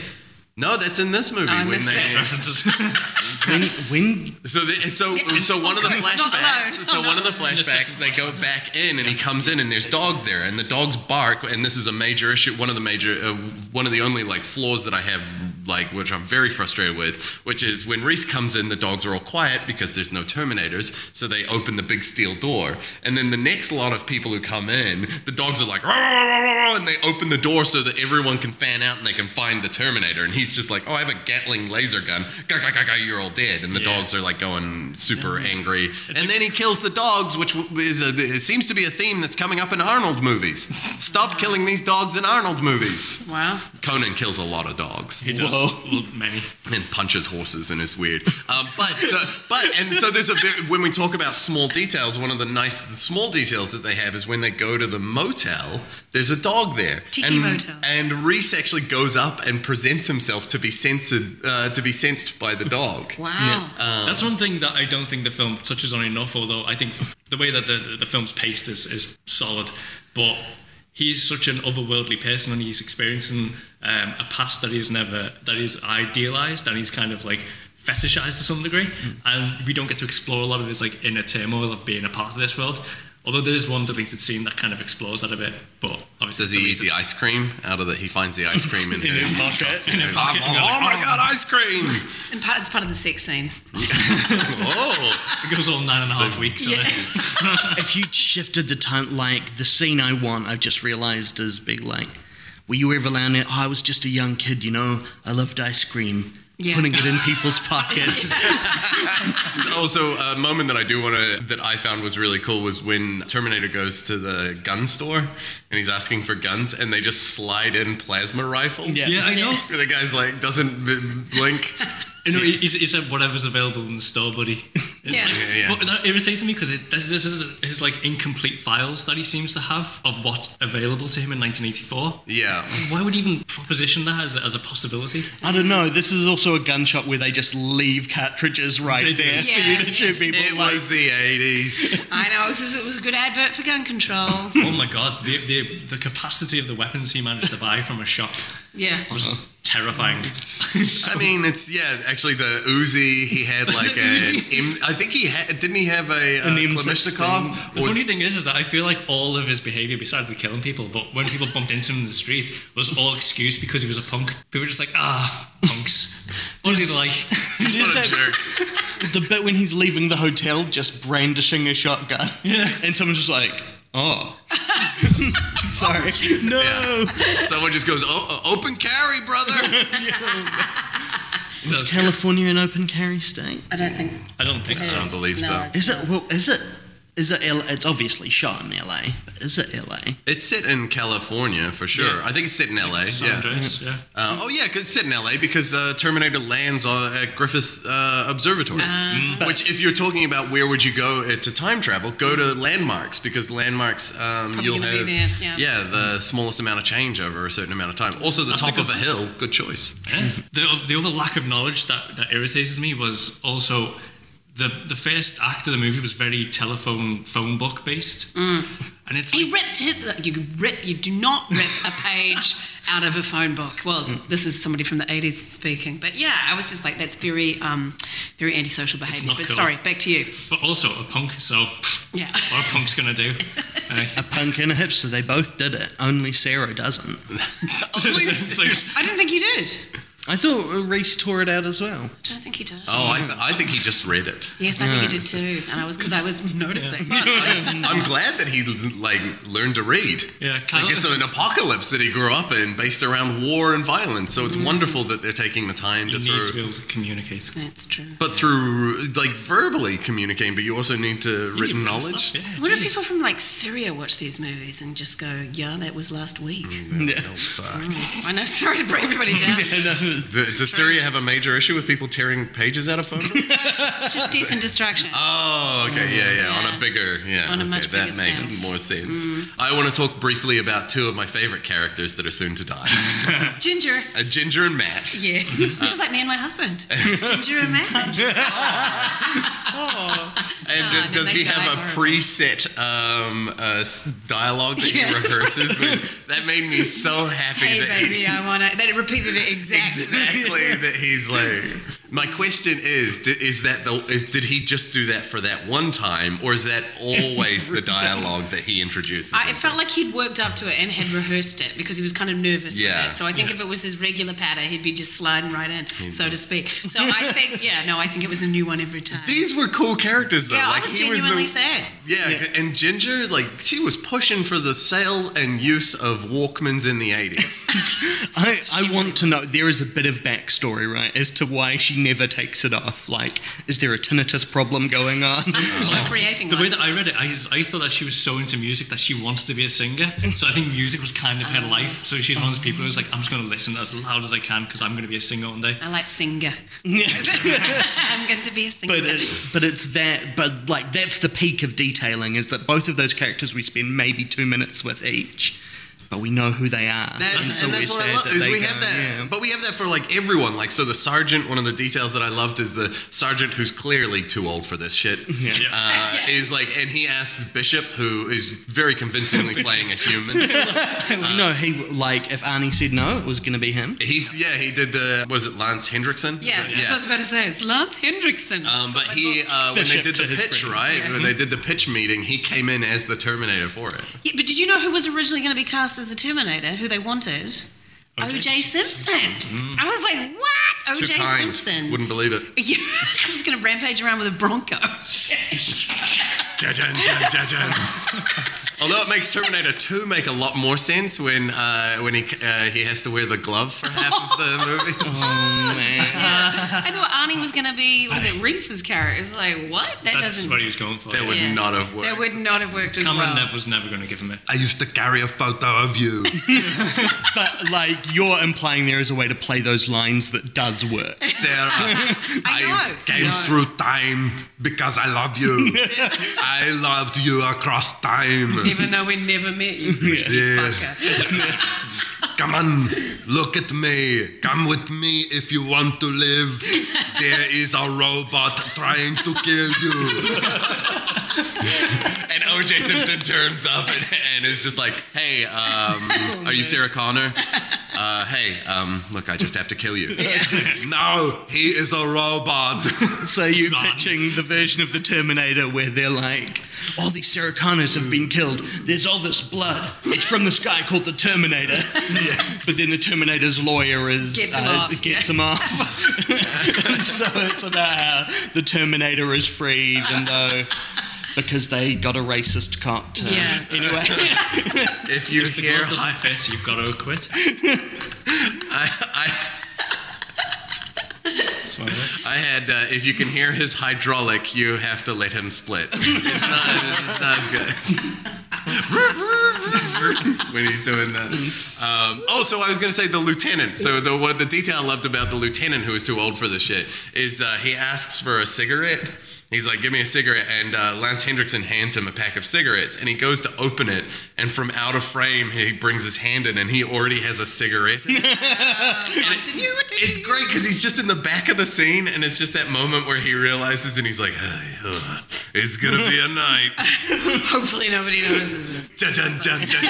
S2: no, that's Ah. Oh, in this movie
S6: I
S2: when
S6: missed
S2: they.
S6: that.
S7: When, when
S2: So, the, and so,
S6: Yeah.
S2: so one of the
S6: Okay, not
S2: flashbacks.
S6: alone.
S2: So one of the
S1: the second
S2: flashbacks, they go back in, and he comes in, and there's dogs there, and the dogs bark, and this is a major issue. One of the major, uh, one of the only like flaws that I have like which I'm very frustrated with, which is when Reese comes in, the dogs are all quiet because there's no Terminators, so they open the big steel door, and then the next lot of people who come in, the dogs are like, "Rah, rah, rah, rah, rah," Oh, and they open the door so that everyone can fan out and they can find the Terminator, and he's just like, oh, I have a Gatling laser gun, Gah, gah, gah, gah, you're all dead, and the
S1: Yeah.
S2: dogs are like going super angry, and then he kills the dogs, which w- is a, it seems to be a theme that's coming up in Arnold movies. Stop killing these dogs in Arnold movies.
S6: Wow.
S2: Conan kills a lot of dogs
S1: He does. Well, many.
S2: and punches horses and is weird. Um, but so, but and so there's a bit, when we talk about small details, one of the nice small details that they have is when they go to the motel, there's a dog there.
S6: Tiki
S2: and,
S6: motel.
S2: And Reese actually goes up and presents himself to be censored uh, to be sensed by the dog.
S6: Wow.
S2: Um,
S1: That's one thing that I don't think the film touches on enough. Although I think the way that the, the, the film's paced is, is solid, but he's such an otherworldly person, and he's experiencing um, a past that he's never that is idealized, and he's kind of like fetishized to some degree.
S2: Hmm.
S1: And we don't get to explore a lot of his like inner turmoil of being a part of this world. Although there is one deleted scene that kind of explores that a bit, but obviously
S2: does he eat
S1: deleted.
S2: the ice cream out of the? He finds the ice cream in
S7: In
S2: her.
S7: her pocket.
S1: In her
S2: Oh,
S1: pocket, and you're
S2: oh
S1: like,
S2: my god, ice cream!
S6: And part, it's part of the sex scene.
S2: Oh.
S1: It goes all nine and a half weeks.
S6: Yeah.
S1: Yeah.
S7: if you shifted the time, like the scene I want, I've just realised is big. Like, were you ever allowed it? Oh, I was just a young kid, you know. I loved ice cream.
S6: Yeah.
S7: Putting it in people's pockets.
S2: also a moment that I do want to that I found was really cool was when Terminator goes to the gun store and he's asking for guns and they just slide in plasma rifle.
S7: Yeah.
S1: yeah, I know.
S2: And The guy's like doesn't b- blink.
S1: You know, he, he said whatever's available in the store, buddy. It's
S6: Yeah.
S1: like-
S2: Yeah, yeah.
S1: But that irritates me because this, this is his like incomplete files that he seems to have of what's available to him in 1984.
S2: Yeah.
S1: Why would he even proposition that as, as a possibility?
S7: I don't know. This is also a gun shop where they just leave cartridges
S1: They
S7: right
S1: do.
S7: there for
S6: Yeah.
S7: you to shoot people.
S2: It
S7: like,
S2: was the 80s.
S6: I know. It was, it was a good advert for gun control.
S1: Oh my god, the, the, the capacity of the weapons he managed to buy from a shop
S6: Yeah.
S1: was terrifying. So-
S2: I mean, it's yeah. Actually, the Uzi he had like a. M, I think he had. Didn't he have a uh,
S7: An M16.
S2: Kalashnikov?
S1: The
S2: Or-
S1: funny thing is, is that I feel like all of his behaviour, besides the killing people, but when people bumped into him in the street, was all excused because he was a punk. People were just like, ah, punks. What is he like?
S2: What a
S7: that-
S2: jerk.
S7: the bit when he's leaving the hotel, just brandishing a shotgun.
S1: Yeah.
S7: And someone's just like, oh. Sorry. no.
S2: Someone just goes, oh, uh, open carry, brother.
S1: That was-
S7: California an open carry state?
S6: I don't think.
S1: I don't think
S6: it
S1: so.
S6: is.
S2: believe so.
S7: Is
S6: it's not.
S7: it? Well, is it? Is it? L- it's obviously shot in LA. But is it LA?
S2: It's set in California for sure.
S1: Yeah.
S2: I think it's set in LA.
S1: San
S2: yeah.
S1: Andreas, yeah.
S2: Uh, oh yeah, 'cause it's set in LA because uh, Terminator lands on, at Griffith uh, Observatory.
S6: Ah. Mm-hmm.
S2: Which, if you're talking about where would you go uh, to time travel, go to landmarks because landmarks um,
S6: Probably
S2: you'll
S6: gonna be
S2: have
S6: there, yeah.
S2: the smallest amount of change over a certain amount of time. Also, the
S1: That's a
S2: top
S1: good-
S2: of a hill. Good choice.
S1: Yeah. The, the other lack of knowledge that, that irritated me was also the the first act of the movie was very telephone phone book based, and it's
S6: He
S1: like,
S6: ripped his, you rip. You do not rip a page out of a phone book. Well,
S1: Mm.
S6: this is somebody from the '80s speaking, but yeah, I was just like, that's very, um, very antisocial behaviour.
S1: not
S6: But
S1: cool.
S6: sorry, back to you.
S1: but also a punk. So pff,
S6: Yeah.
S1: what a punk's gonna do? Uh,
S7: A punk and a hipster. They both did it. Only Sarah doesn't.
S1: it's like-
S6: I don't think he did.
S7: I thought Reese tore it out as well.
S6: I don't think he did.
S2: Oh, I, th- I think he just read it.
S6: yes, I think he
S7: Yeah.
S6: did too, and I was because I was noticing.
S2: I'm
S6: Oh.
S2: glad that he like learned to read.
S1: yeah,
S2: Like it's an apocalypse that he grew up in, based around war and violence. So
S6: Mm-hmm.
S2: it's wonderful that they're taking the time
S1: you
S2: to
S1: need
S2: throw.
S1: to be able to communicate.
S6: That's true.
S2: But through like verbally communicating, but you also need to
S1: You
S2: written
S1: need written
S2: knowledge.
S1: stuff, yeah,
S6: What if
S1: jeez.
S6: people from like Syria watch these movies and just go, "Yeah, that was last week."
S1: Mm.
S6: Mm.
S7: Yeah.
S6: I know. Sorry to bring everybody down.
S2: Does, does Syria have a major issue with people tearing pages out of phones?
S6: Just death and distraction.
S1: Uh,
S2: oh, okay, yeah, yeah, on
S6: Yeah.
S2: a bigger, yeah,
S6: On a
S2: okay,
S6: much
S2: that
S6: bigger
S2: makes
S6: scale. Mm-hmm.
S2: more sense. I want to talk briefly about two of my favorite characters that are soon to die,
S6: Ginger.
S2: uh, Ginger and Matt.
S6: Mm-hmm. Yes. Which is like me and my husband. Ginger and Matt.
S2: And
S6: Ah, and
S2: does
S6: then
S2: he
S6: they die
S2: have a
S6: horribly.
S2: preset um, uh, s- dialogue that
S6: Yeah.
S2: he rehearses? with? that made me so happy.
S6: Hey,
S2: that
S6: baby, I want to. That repeated it exactly.
S2: exactly that he's like My question is: di- Is that the? Is, did he just do that for that one time, or is that always the dialogue that he introduces?
S6: I, it felt like he'd worked up to it and had rehearsed it because he was kind of nervous
S2: Yeah.
S6: with it. So I think if it was his regular patter, he'd be just sliding right in, so to speak. So I think, yeah, no, I think it was a new one every time.
S2: These were cool characters, though.
S6: yeah,
S2: like
S6: I was
S2: he was
S6: genuinely
S2: the,
S6: sad.
S2: Yeah,
S7: Yeah.
S2: and Ginger, like she was pushing for the sale and use of Walkmans in the eighties.
S7: I, I want to know. There is a bit of backstory, right, as to why she never takes it off. Like, is there a tinnitus problem going on?
S6: I'm creating
S1: The way
S6: one.
S1: that I read it, I, I thought that she was so into music that she wanted to be a singer. So I think music was kind of
S6: Ah.
S1: her life. So she's one of those people who's like, I'm just going to listen as loud as I can because I'm going to be a singer one day.
S6: I like singer.
S7: Yeah.
S6: I'm going to be a singer.
S7: But it, but it's that but like that's the peak of detailing is that both of those characters we spend maybe two minutes with each, but we know who they are.
S2: That's, and
S7: we're
S2: that's what I
S7: sad
S2: love
S7: that
S2: is
S7: they
S2: we have
S7: go,
S2: that,
S7: yeah.
S2: but we have that for like everyone. Like so, the sergeant. One of the details that I loved is the sergeant who's clearly too old for this shit.
S1: Yeah.
S2: Uh, Is like, and he asked Bishop, who is very convincingly playing a human.
S7: no, he like if Arnie said no, it was going to be him.
S2: He's yeah, he did the was it Lance Hendrickson?
S6: yeah, that's what I was about to say. It's Lance Hendrickson.
S2: Um, but he, uh, when they
S7: Bishop
S2: did the
S7: to his
S2: pitch,
S7: friend.
S2: right? When they did the pitch meeting, he came in as the Terminator for it.
S6: Yeah, but did you know who was originally going to be cast as the Terminator? Who they wanted?
S1: O.J.
S6: O.J. Simpson. I was like, what?
S2: Too
S6: O.J.
S2: kind.
S6: Simpson.
S2: Wouldn't believe it.
S6: Yeah, I was going to rampage around with a Bronco.
S2: Ja-jan, ja- ja-jan. Although it makes Terminator 2 make a lot more sense when uh, when he uh, he has to wear the glove for half of the movie.
S7: Oh, man.
S6: I thought Arnie was going to be, was it Reese's character? It's like, what? That
S1: That's
S6: doesn't.
S1: what he was going for.
S2: That would
S6: yeah.
S2: not have worked.
S6: That would not have worked as
S1: Cameron
S6: well.
S1: Nev was never going to give him it.
S2: I used to carry a photo of you.
S7: but like you're implying there is a way to play those lines that does work.
S2: Sarah,
S6: I know.
S2: came
S6: No.
S2: through time because I love you. I loved you across time.
S6: Even though we never met you.
S2: Yeah.
S6: fucker.
S2: Come on, look at me. Come with me if you want to live. There is a robot trying to kill you. and OJ Simpson turns up and, and is just like, hey, um, are you Sarah Connor? Uh, hey, um, look, I just have to kill you. no, he is a robot.
S7: So you're pitching the version of the Terminator where they're like, all these Sarah Connors have been killed. There's all this blood. It's from this guy called the Terminator. But then the Terminator's lawyer is uh,
S6: Gets him off.
S7: Gets him off. And so it's about how the Terminator is free, even though because they got a racist cop. To,
S6: Yeah.
S7: Anyway,
S2: if you
S1: The
S2: hear
S1: glove doesn't fit, you've got to quit.
S2: I, I,
S1: That's what it is.
S2: I had, uh, if you can hear his hydraulic, you have to let him split. It's not, it's not as good. when he's doing that. Um, oh, so I was going to say the lieutenant. So the what the detail I loved about the lieutenant who is too old for this shit is uh, he asks for a cigarette. He's like, give me a cigarette. And uh, Lance Hendrickson hands him a pack of cigarettes. And he goes to open it. And from out of frame, he brings his hand in and he already has a cigarette. in it.
S6: Continue,
S2: It's
S6: continue.
S2: great because he's just in the back of the scene, and it's just that moment where he realizes, and he's like, "Hey, uh, "It's gonna be a night."
S6: Hopefully nobody notices this.
S2: Ja-jan, jan, ja-jan.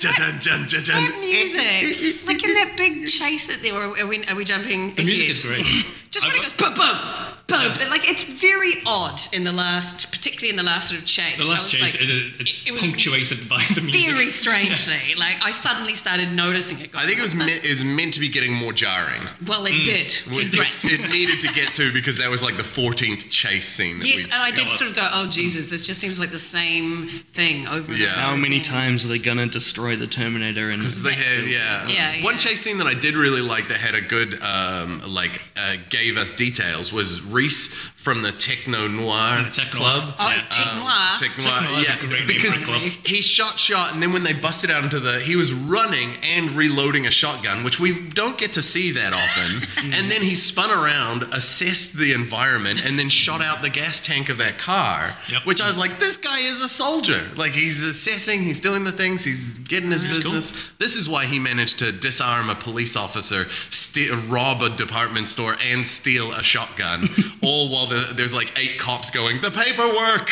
S2: Ja-jan, jan,
S6: That
S2: ja-jan.
S6: music, like in that big chase that there, are we, are we jumping?
S1: The music is great.
S6: Just when it goes
S1: I've-
S6: boom, boom, boom, but like it's very odd in the last, particularly in the last sort of chase.
S1: The last
S6: I was
S1: chase,
S6: like,
S1: it, it's
S6: it was
S1: punctuated by the music.
S6: very strangely, like I suddenly started noticing it.
S2: I think it was me- it's meant to be getting more jarring.
S6: Well, it did.
S2: It,
S6: Congrats.
S2: it needed to get to because that was like the 14th chase scene. That
S6: Yes,
S2: we'd
S6: and I
S2: seen.
S6: did sort of go, oh Jesus, this just seems like the same thing over and
S2: Yeah.
S6: over.
S7: how many
S6: again."
S7: times are they gonna destroy the Terminator? And
S2: They had, yeah.
S6: Yeah,
S2: One
S6: yeah.
S2: chase scene that I did really like that had a good, um, like, uh, gave us details was Reese from the Techno Noir
S1: Techno.
S2: Club.
S6: Oh,
S1: Yeah, uh,
S6: Tech
S2: Um,
S6: Noir.
S2: Tech Noir,
S1: Techno is a
S2: yeah.
S1: great name
S2: because
S1: for a club.
S2: he shot shot, and then when they busted out into the, he was running and reloading a shotgun, which we don't get to see that
S1: Mm-hmm.
S2: often. and then he spun around, assessed the environment, and then shot out the gas tank of that car.
S1: Yep.
S2: Which I was like, this guy is a soldier. Like he's assessing, he's doing the things, he's getting his
S1: That's cool.
S2: business. This is why he managed to disarm a police officer, ste rob a department store, and steal a shotgun. all while the, there's like eight cops going, the paperwork.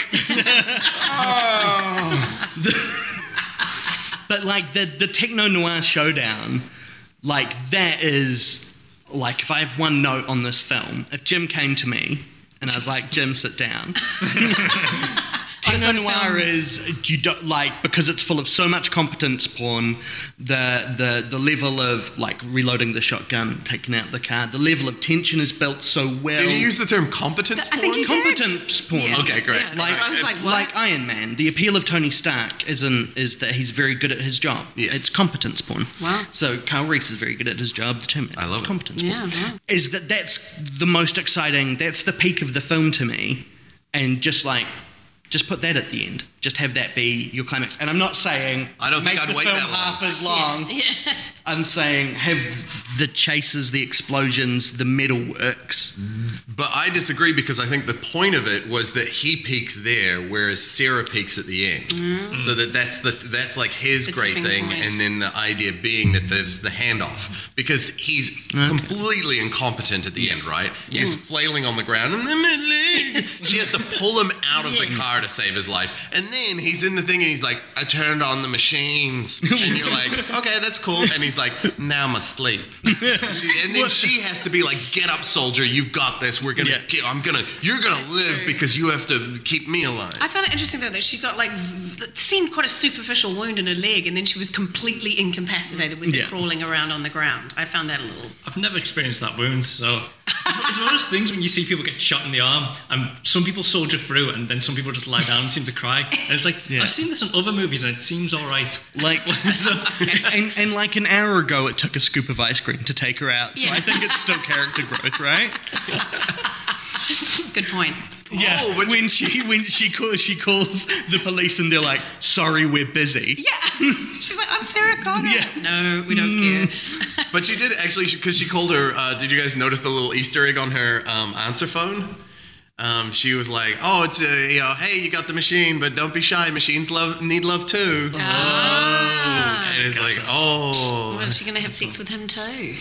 S7: But like the the techno noir showdown, like that is like if I have one note on this film, if Jim came to me and I was like, Jim, sit down. Pinot Noir is you don't like because it's full of so much competence porn. The the the level of like reloading the shotgun, taking out the car, the level of tension is built so well.
S2: Did you use the term competence?
S6: I
S2: porn?
S6: think he did.
S7: competence porn.
S6: Yeah.
S2: Okay, great.
S6: Yeah, that's what I was like, what?
S7: Like Iron Man, the appeal of Tony Stark isn't is that he's very good at his job.
S2: Yes.
S7: It's competence porn.
S6: Wow.
S7: So Kyle Reese is very good at his job. The Terminator.
S2: I love it.
S7: competence
S6: yeah,
S7: porn.
S6: wow.
S7: Is that that's the most exciting? That's the peak of the film to me, and just like. Just put that at the end. Just have that be your climax. And I'm not saying
S2: I don't
S7: make
S2: think I'd
S7: the
S2: wait
S7: film
S2: that long.
S7: half as long. I'm saying have the chases, the explosions, the metal works.
S2: But I disagree because I think the point of it was that he peaks there, whereas Sarah peaks at the end. So that that's the that's like his
S6: Mm. The
S2: great
S6: tipping
S2: thing,
S6: point.
S2: and then the idea being that there's the handoff because he's completely incompetent at the end, right? He's flailing on the ground, and then my leg. she has to pull him out of the car to save his life, and then he's in the thing, and he's like, "I turned on the machines," and you're like, "Okay, that's cool," and he's like, "Now I'm asleep," She- and then she has to be like, "Get up, soldier, you've got this. We're gonna,
S7: Yeah.
S2: get, I'm gonna, you're gonna live
S6: true.
S2: because you have to keep me alive."
S6: I found it interesting though that she got like v- it seemed quite a superficial wound in her leg, and then she was completely incapacitated with
S7: Yeah.
S6: it crawling around on the ground. I found that a little.
S1: I've never experienced that wound, so it's, it's one of those things when you see people get shot in the arm, and some people soldier through, and then some people just lie down and seem to cry. And it's like
S7: Yeah.
S1: I've seen this in other movies, and it seems all right.
S7: Like-
S1: so,
S7: and, and like an hour ago, it took a scoop of ice cream to take her out. So
S6: Yeah.
S7: I think it's still character growth, right?
S6: Good point.
S7: Yeah.
S2: Oh, but-
S7: when she when she calls she calls the police and they're like, "Sorry, we're busy."
S6: Yeah, she's like, I'm Sarah Connor.
S7: Yeah.
S6: No, we don't
S1: Mm.
S6: care.
S2: But she did actually, because she called her. Uh, did you guys notice the little Easter egg on her um, answer phone? Um, she was like, "Oh, it's a, you know, hey, you got the machine, but don't be shy. Machines love need love too."
S6: Ah.
S1: Oh.
S2: And it's like,
S6: Well,
S2: oh,
S6: is she going to have sex with him too?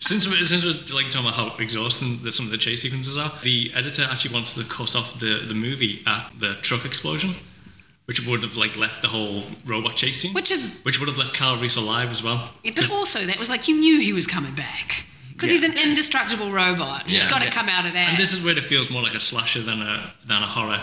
S1: since we since we're like talking about how exhausting the, some of the chase sequences are, the editor actually wanted to cut off the, the movie at the truck explosion, which would have like left the whole robot chase scene,
S6: Which is-
S1: which would have left Kyle Reese alive as well.
S6: Yeah, but
S1: 'Cause-
S6: also, that was like you knew he was coming back because he's an indestructible robot. He's
S1: Yeah.
S6: got to
S1: Yeah.
S6: come out of that.
S1: and this is where it feels more like a slasher than a than a horror,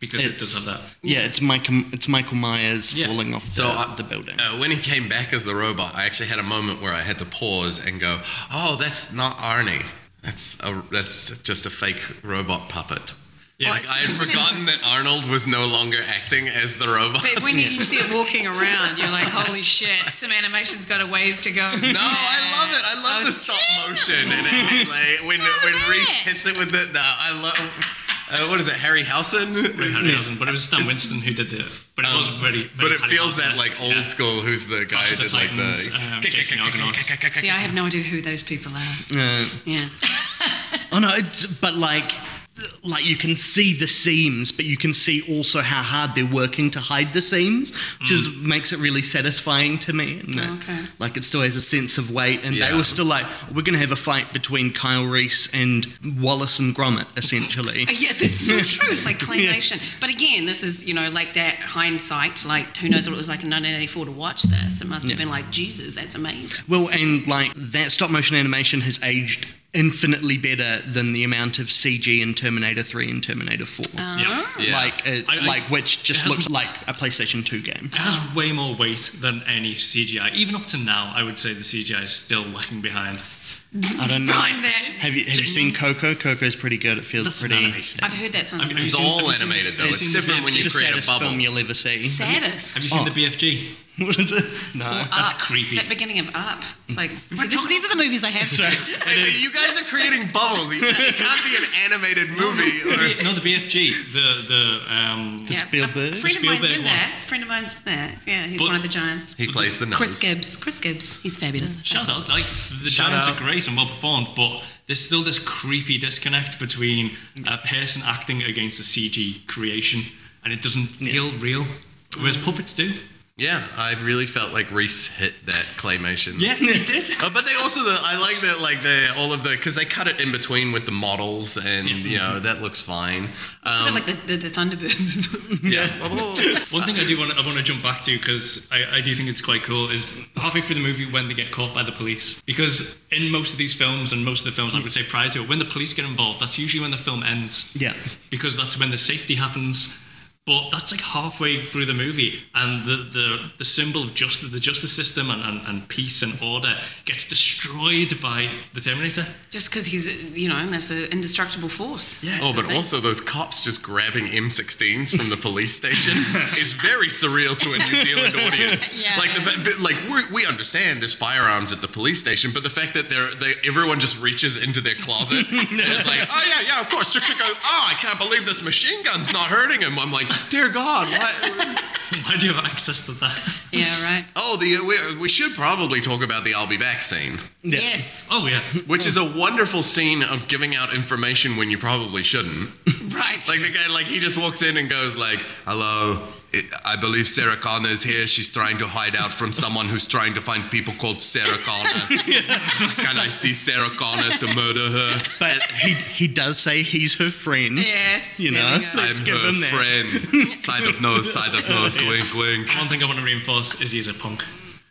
S1: because it does have
S7: It's-
S1: that.
S7: Yeah, it's Michael it's Michael Myers
S1: Yeah.
S7: falling off
S2: So
S7: the,
S2: I-
S7: the building.
S2: Uh, when he came back as the robot, I actually had a moment where I had to pause and go, "Oh, that's not Arnie. That's a, that's just a fake robot puppet."
S1: Yeah.
S2: Like I had forgotten that Arnold was no longer acting as the robot.
S6: But when you see it walking around, you're like, holy shit, some animation's got a ways to go.
S2: No, I love it. I love
S6: Oh,
S2: the stop
S6: shit.
S2: motion and it, like when
S6: So
S2: when Reese
S6: bad.
S2: hits it with the no, I love. Uh, what is it, Harry Harryhausen?
S1: Harry Harrison, but it was Stan Winston who did it. But it was very, very
S2: But it
S1: Harry
S2: feels that like
S1: Harrison-esque, yeah.
S2: old school. Who's the guy
S1: Clash
S2: that
S1: of the
S2: did like
S1: Titans, um, Jason the Argonauts.
S2: the?
S6: See, I have no idea who those people are.
S7: Uh,
S6: Yeah.
S7: oh no, it's, but like like you can see the seams, but you can see also how hard they're working to hide the seams, which is, makes it really satisfying to me. And that,
S6: Okay.
S7: Like it still has a sense of weight, and they
S2: Yeah.
S7: were still like, we're going to have a fight between Kyle Reese and Wallace and Gromit, essentially.
S6: Uh, Yeah, that's so true. It's like claymation. But again, this is, you know, like that hindsight, like who knows what it was like in 1984 to watch this. It must have
S7: Yeah.
S6: been like, Jesus, that's amazing.
S7: Well, and like that stop motion animation has aged infinitely better than the amount of CG in Terminator 3 and Terminator 4.
S1: Yeah.
S6: Ah.
S2: Yeah.
S7: Like, it,
S1: I- I-
S7: like which just
S1: has-
S7: looks like a PlayStation 2 game.
S1: It has way more weight than any CGI. Even up to now, I would say the CGI is still lacking behind.
S7: I don't know.
S6: Find that.
S7: Have you have you seen Coco? Coco's pretty good. It feels
S1: That's an
S7: pretty.
S1: animation.
S6: I've heard that sounds
S1: Have you- have you
S6: amazing.
S2: It's
S1: seen-
S2: all
S1: have you seen-
S2: animated though.
S1: have you
S2: It's
S1: seen the
S2: different when
S1: BFG?
S2: you
S7: the
S2: create a
S7: saddest
S2: bubble.
S7: film you'll ever see.
S6: Saddest.
S1: Have you seen the
S7: Oh.
S1: BFG?
S7: What is it? No.
S6: uh,
S1: That's creepy.
S6: That beginning of Up. It's like, see, this- these are the movies I have.
S7: Sorry.
S2: Wait, but you guys are creating bubbles. You- It can't be an animated movie. Or,
S1: No, the BFG. The the um.
S6: Yeah. uh,
S7: Spielberg?
S6: A friend of mine's
S1: Spielberg
S6: in
S1: one.
S6: there. A friend of mine's in there. Yeah, he's
S1: But-
S6: one of the giants.
S2: he plays the nose.
S6: Chris Gibbs. Chris Gibbs. He's fabulous.
S1: Shout out! Like the
S2: Shout
S1: giants
S2: out.
S1: are great and well performed, but there's still this creepy disconnect between a person
S2: Mm.
S1: acting against a CG creation, and it doesn't feel real. Whereas puppets do.
S2: Yeah, I really felt like Reese hit that claymation.
S1: Yeah, he did.
S2: Uh, but they also, the, I like that, like they all of the, because they cut it in between with the models, and
S1: Yeah.
S2: you know that looks fine.
S6: It's a
S2: Um,
S6: bit like the, the, the Thunderbirds.
S2: yeah.
S6: Oh.
S1: One thing I do want to, I want to jump back to because I, I do think it's quite cool is halfway through the movie when they get caught by the police. Because in most of these films and most of the films I
S2: Mm.
S1: would say prior to it, when the police get involved, that's usually when the film ends.
S7: Yeah.
S1: Because that's when the safety happens. But that's like halfway through the movie, and the, the, the symbol of just the justice system and, and, and peace and order gets destroyed by the Terminator.
S6: Just because he's, you know, that's the indestructible force.
S1: Yeah.
S2: Oh,
S6: That's the
S2: but
S6: thing.
S2: also those cops just grabbing M16s from the police station is very surreal to a New Zealand audience.
S6: Yeah.
S2: Like the fa- but, like we're, we understand there's firearms at the police station, but the fact that they're they everyone just reaches into their closet and it's like, oh yeah, yeah, of course. Chick, chick, oh, I can't believe this machine gun's not hurting him. I'm like, dear God, why?
S1: Why do you have access to that?
S6: Yeah, right.
S2: Oh, the we, we should probably talk about the I'll be back scene.
S7: Yeah.
S6: Yes,
S1: Oh yeah.
S2: Which is a wonderful scene of giving out information when you probably shouldn't.
S6: right.
S2: Like the guy, like he just walks in and goes like, "Hello, I- I believe Sarah Connor is here. She's trying to hide out from someone who's trying to find people called Sarah Connor. Can I see Sarah Connor to murder her?
S7: But he he does say he's her friend.
S6: yes.
S7: You
S6: there we
S7: know,
S6: go.
S7: Let's
S2: I'm
S7: give
S2: her
S7: him that.
S2: friend. Side of nose, side of nose, wink, wink.
S1: One thing I want to reinforce is he's a punk.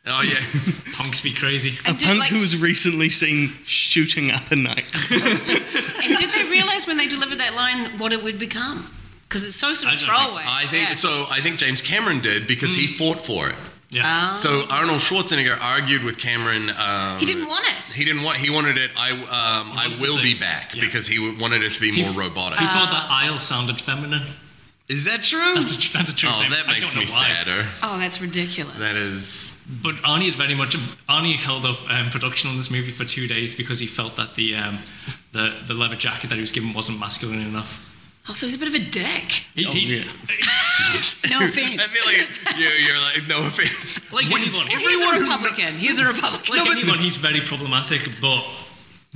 S2: Oh yes,
S1: Punks be crazy.
S7: A
S6: And did,
S7: punk
S6: like-
S7: who was recently seen shooting up a night. Oh,
S6: And did they realize when they delivered that line what it would become? Because it's so sort
S1: I
S6: of
S1: don't think so.
S6: throwaway.
S2: I think
S6: Yeah.
S2: so. I think James Cameron did because he fought for it.
S1: Yeah.
S6: Oh.
S2: So Arnold Schwarzenegger argued with Cameron. Um,
S6: he didn't want it.
S2: He didn't want. He wanted it. I um, I
S1: wanted
S2: will
S1: to
S2: be
S1: say-
S2: back
S1: yeah.
S2: because he w- wanted it to be more
S1: f-
S2: robotic.
S1: He thought that aisle sounded feminine.
S2: Is that true?
S1: That's a, that's a true
S2: oh,
S1: thing.
S2: that
S1: I
S2: makes
S1: don't know
S2: me
S1: why.
S2: sadder.
S6: Oh, that's ridiculous.
S2: That is.
S1: But Arnie is very much Arnie held up um, production on this movie for two days because he felt that the um, the the leather jacket that he was given wasn't masculine enough.
S6: Oh, so he's a bit of a dick.
S1: He,
S7: Oh,
S1: he-
S7: yeah.
S6: No offense.
S2: I feel like you, you're like no offense.
S1: Like anyone,
S6: Well, he's a Republican. He's a Republican.
S1: like anyone, he's very problematic. But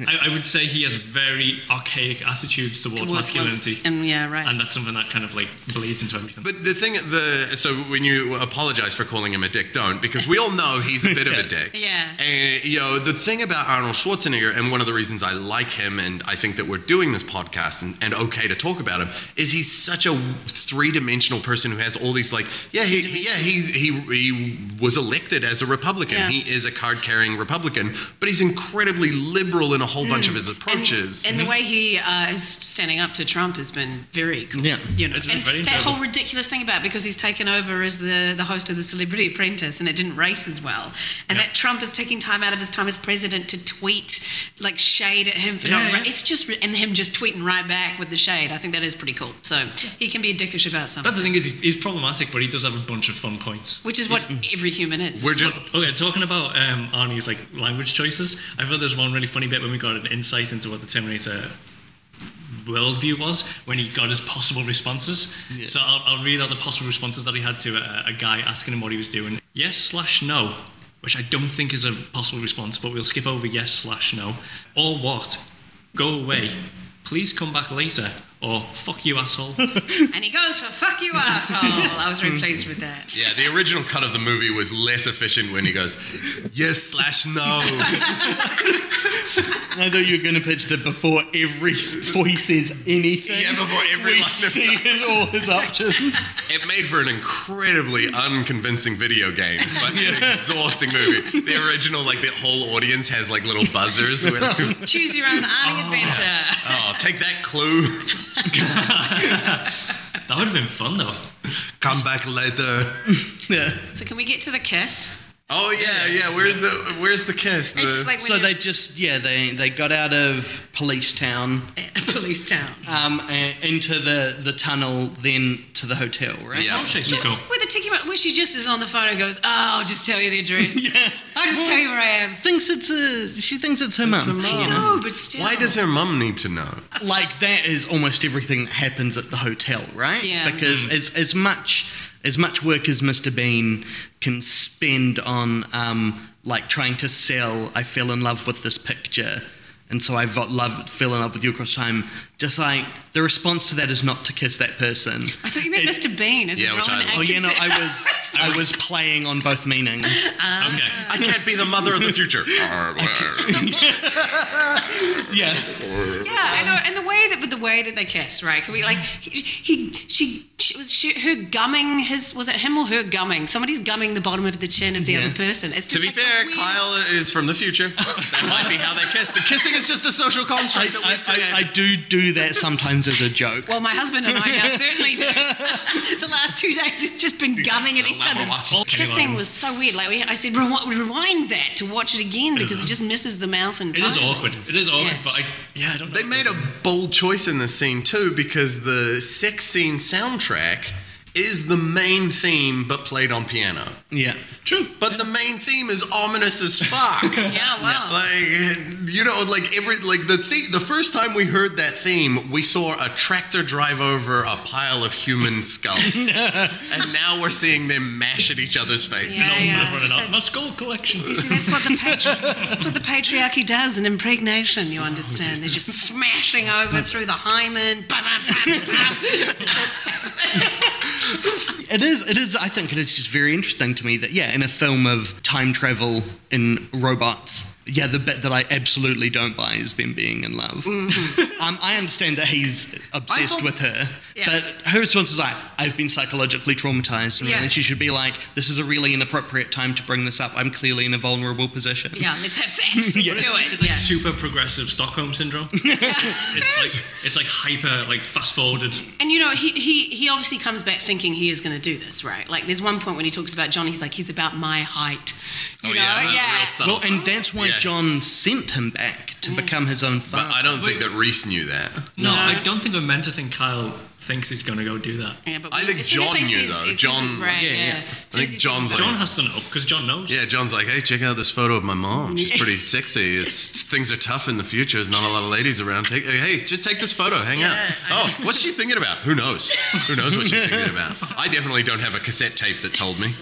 S1: I, I would say he has very archaic attitudes towards,
S6: Towards one-
S1: masculinity, and,
S6: And yeah, right.
S1: that's something that kind of like bleeds into everything.
S2: But the thing, the so when you apologize for calling him a dick, don't because we all know he's a bit of a dick.
S6: Yeah.
S2: And you know Eh, the thing about Arnold Schwarzenegger, and one of the reasons I like him, and I think that we're doing this podcast and, and okay to talk about him, is he's such a three-dimensional person who has all these like, yeah, he, he- yeah, he's he he was elected as a Republican.
S6: Yeah.
S2: He is a card-carrying Republican, but he's incredibly liberal in a whole bunch of his
S6: And-
S2: approaches.
S6: And,
S1: Mm-hmm.
S6: the way he uh, is standing up to Trump has been very cool.
S7: Yeah.
S6: You know,
S1: It's been
S6: and
S1: very
S6: that
S1: enjoyable.
S6: whole ridiculous thing about because he's taken over as the, the host of the Celebrity Apprentice and it didn't rate as well. And
S1: Yeah.
S6: that Trump is taking time out of his time as president to tweet like shade at him for
S1: Yeah,
S6: not. ra-
S1: yeah.
S6: It's just re- and him just tweeting right back with the shade. I think that is pretty cool. So he can be dickish about something,
S1: But the thing is, he, he's problematic, but he does have a Mm. bunch of fun points.
S6: which is what every human is.
S2: we're just
S1: Okay, talking about um, Arnie's like language choices, I thought there was one really funny bit when we got an insight into what the Terminator worldview was when he got his possible responses. So I'll, I'll read out the possible responses that he had to a, a guy asking him what he was doing. Yes slash no, which I don't think is a possible response, but we'll skip over yes slash no. Or what? Go away. Please come back later. Or fuck you, asshole.
S6: and he goes for "fuck you, asshole." I was very pleased with that.
S2: Yeah, the original cut of the movie was less efficient when he goes, yes slash no.
S7: I thought you were going to pitch that before every before he says anything.
S2: Yeah, before every
S7: we
S2: line of-
S7: see his- all his options.
S2: it made for an incredibly unconvincing video game, but an exhausting movie. The original, like the whole audience has like little buzzers. Where, like,
S6: Choose your own Arnie adventure.
S2: oh, take that clue.
S1: that would have been fun though.
S2: Come back later.
S7: Yeah.
S6: So can we get to the kiss?
S2: Oh yeah, yeah. Where's the where's the kiss? The,
S6: It's like when
S7: So
S6: you're
S7: they just yeah they they got out of police town
S6: at a police town.
S7: um uh, into the the tunnel then to the hotel right
S2: Yeah.
S1: I'll show you some cool.
S6: Where the tiki where she just is on the phone and goes, "Oh, I'll just tell you the address. I'll just tell you where I am."
S7: thinks it's a she thinks it's her mum
S6: I know, but still.
S2: why does her mum need to know?
S7: like that is almost everything that happens at the hotel, right?
S6: Yeah. Mm.
S7: Because as as much as much work as Mr. Bean can spend on um, like trying to sell, I fell in love with this picture, and so I vo- love fell in love with you across time. Just like the response to that is not to kiss that person.
S6: I thought you meant Mr. Bean as
S2: Yeah,
S6: a
S2: which
S6: Rowan
S2: I love.
S7: Oh yeah, no, I was I was playing on both meanings.
S1: Okay.
S2: I can't be the mother of the future.
S7: Yeah,
S6: Yeah, and, uh, and the way that with the way that they kissed, right? Can we like he, he she, she was she, her gumming his was it him or her gumming? Somebody's gumming the bottom of the chin of the
S7: Yeah.
S6: other person. It's just
S2: to be
S6: like a
S2: fair,
S6: weird-
S2: Kyle is from the future. That might be how they kiss. Kissing is just a social
S7: I,
S2: construct that we've
S7: I,
S2: created.
S7: I, I do do that sometimes as a joke.
S6: Well, my husband and I now certainly do. the last two days we've just been gumming at each other's.
S2: Well,
S6: Kissing was so weird. Like we, I said, rewind, rewind that to watch it again because it just misses the mouth and.
S1: It is
S6: time.
S1: awkward. It is awkward,
S6: Yeah.
S1: but I, yeah, I don't know.
S2: They made a bold choice in this scene too because the sex scene soundtrack is the main theme but played on piano.
S7: Yeah,
S1: True.
S2: But the main theme is ominous as fuck.
S6: Yeah, wow.
S2: Like you know, like every like the th- the first time we heard that theme, we saw a tractor drive over a pile of human skulls, and now we're seeing them mash at each other's faces.
S6: Yeah, yeah.
S1: Running out of my skull collection.
S6: You see, that's what the patri- that's what the patriarchy does in impregnation. You understand? They're just smashing over through the hymen.
S7: it is. It is. I think it is just very interesting to me that yeah, in a film of time travel in robots, yeah, the bit that I absolutely don't buy is them being in love. um, I understand that he's obsessed
S2: thought-
S7: with her,
S6: Yeah.
S7: but her response is like, "I've been psychologically traumatized,"
S6: Yeah.
S7: and she should be like, "This is a really inappropriate time to bring this up. I'm clearly in a vulnerable position."
S6: yeah, let's have sex. Let's do it.
S1: It's like
S6: yeah.
S1: super progressive Stockholm syndrome. it's like it's like hyper like fast forwarded.
S6: And you know, he, he he obviously comes back thinking he is going to do this, right? Like, there's one point when he talks about John, he's like, he's about my height. You
S2: Oh,
S6: know,
S2: yeah, that's real subtle.
S7: Well, and that's why
S2: Yeah.
S7: John sent him back to become his own
S2: But
S7: father.
S2: I don't think that Reese knew that.
S1: No,
S6: No.
S1: I don't think we're meant to think Kyle thinks he's gonna go do that.
S6: Yeah, but
S2: I
S6: we-
S2: think
S6: as soon as
S2: John
S6: they
S2: knew,
S6: says-
S2: though.
S6: as soon as-
S2: John-
S6: right?
S7: Yeah,
S6: Yeah.
S7: yeah.
S6: As soon
S2: I think
S6: as he
S2: John's
S6: says-
S2: like-
S1: John has to know because John knows.
S2: Yeah, John's like, hey, check out this photo of my mom. She's pretty sexy. It's things are tough in the future. There's not a lot of ladies around. Take, hey, just take this photo. Hang
S6: Yeah,
S2: out. Oh, what's she thinking about? Who knows? Who knows what she's thinking about? I definitely don't have a cassette tape that told me.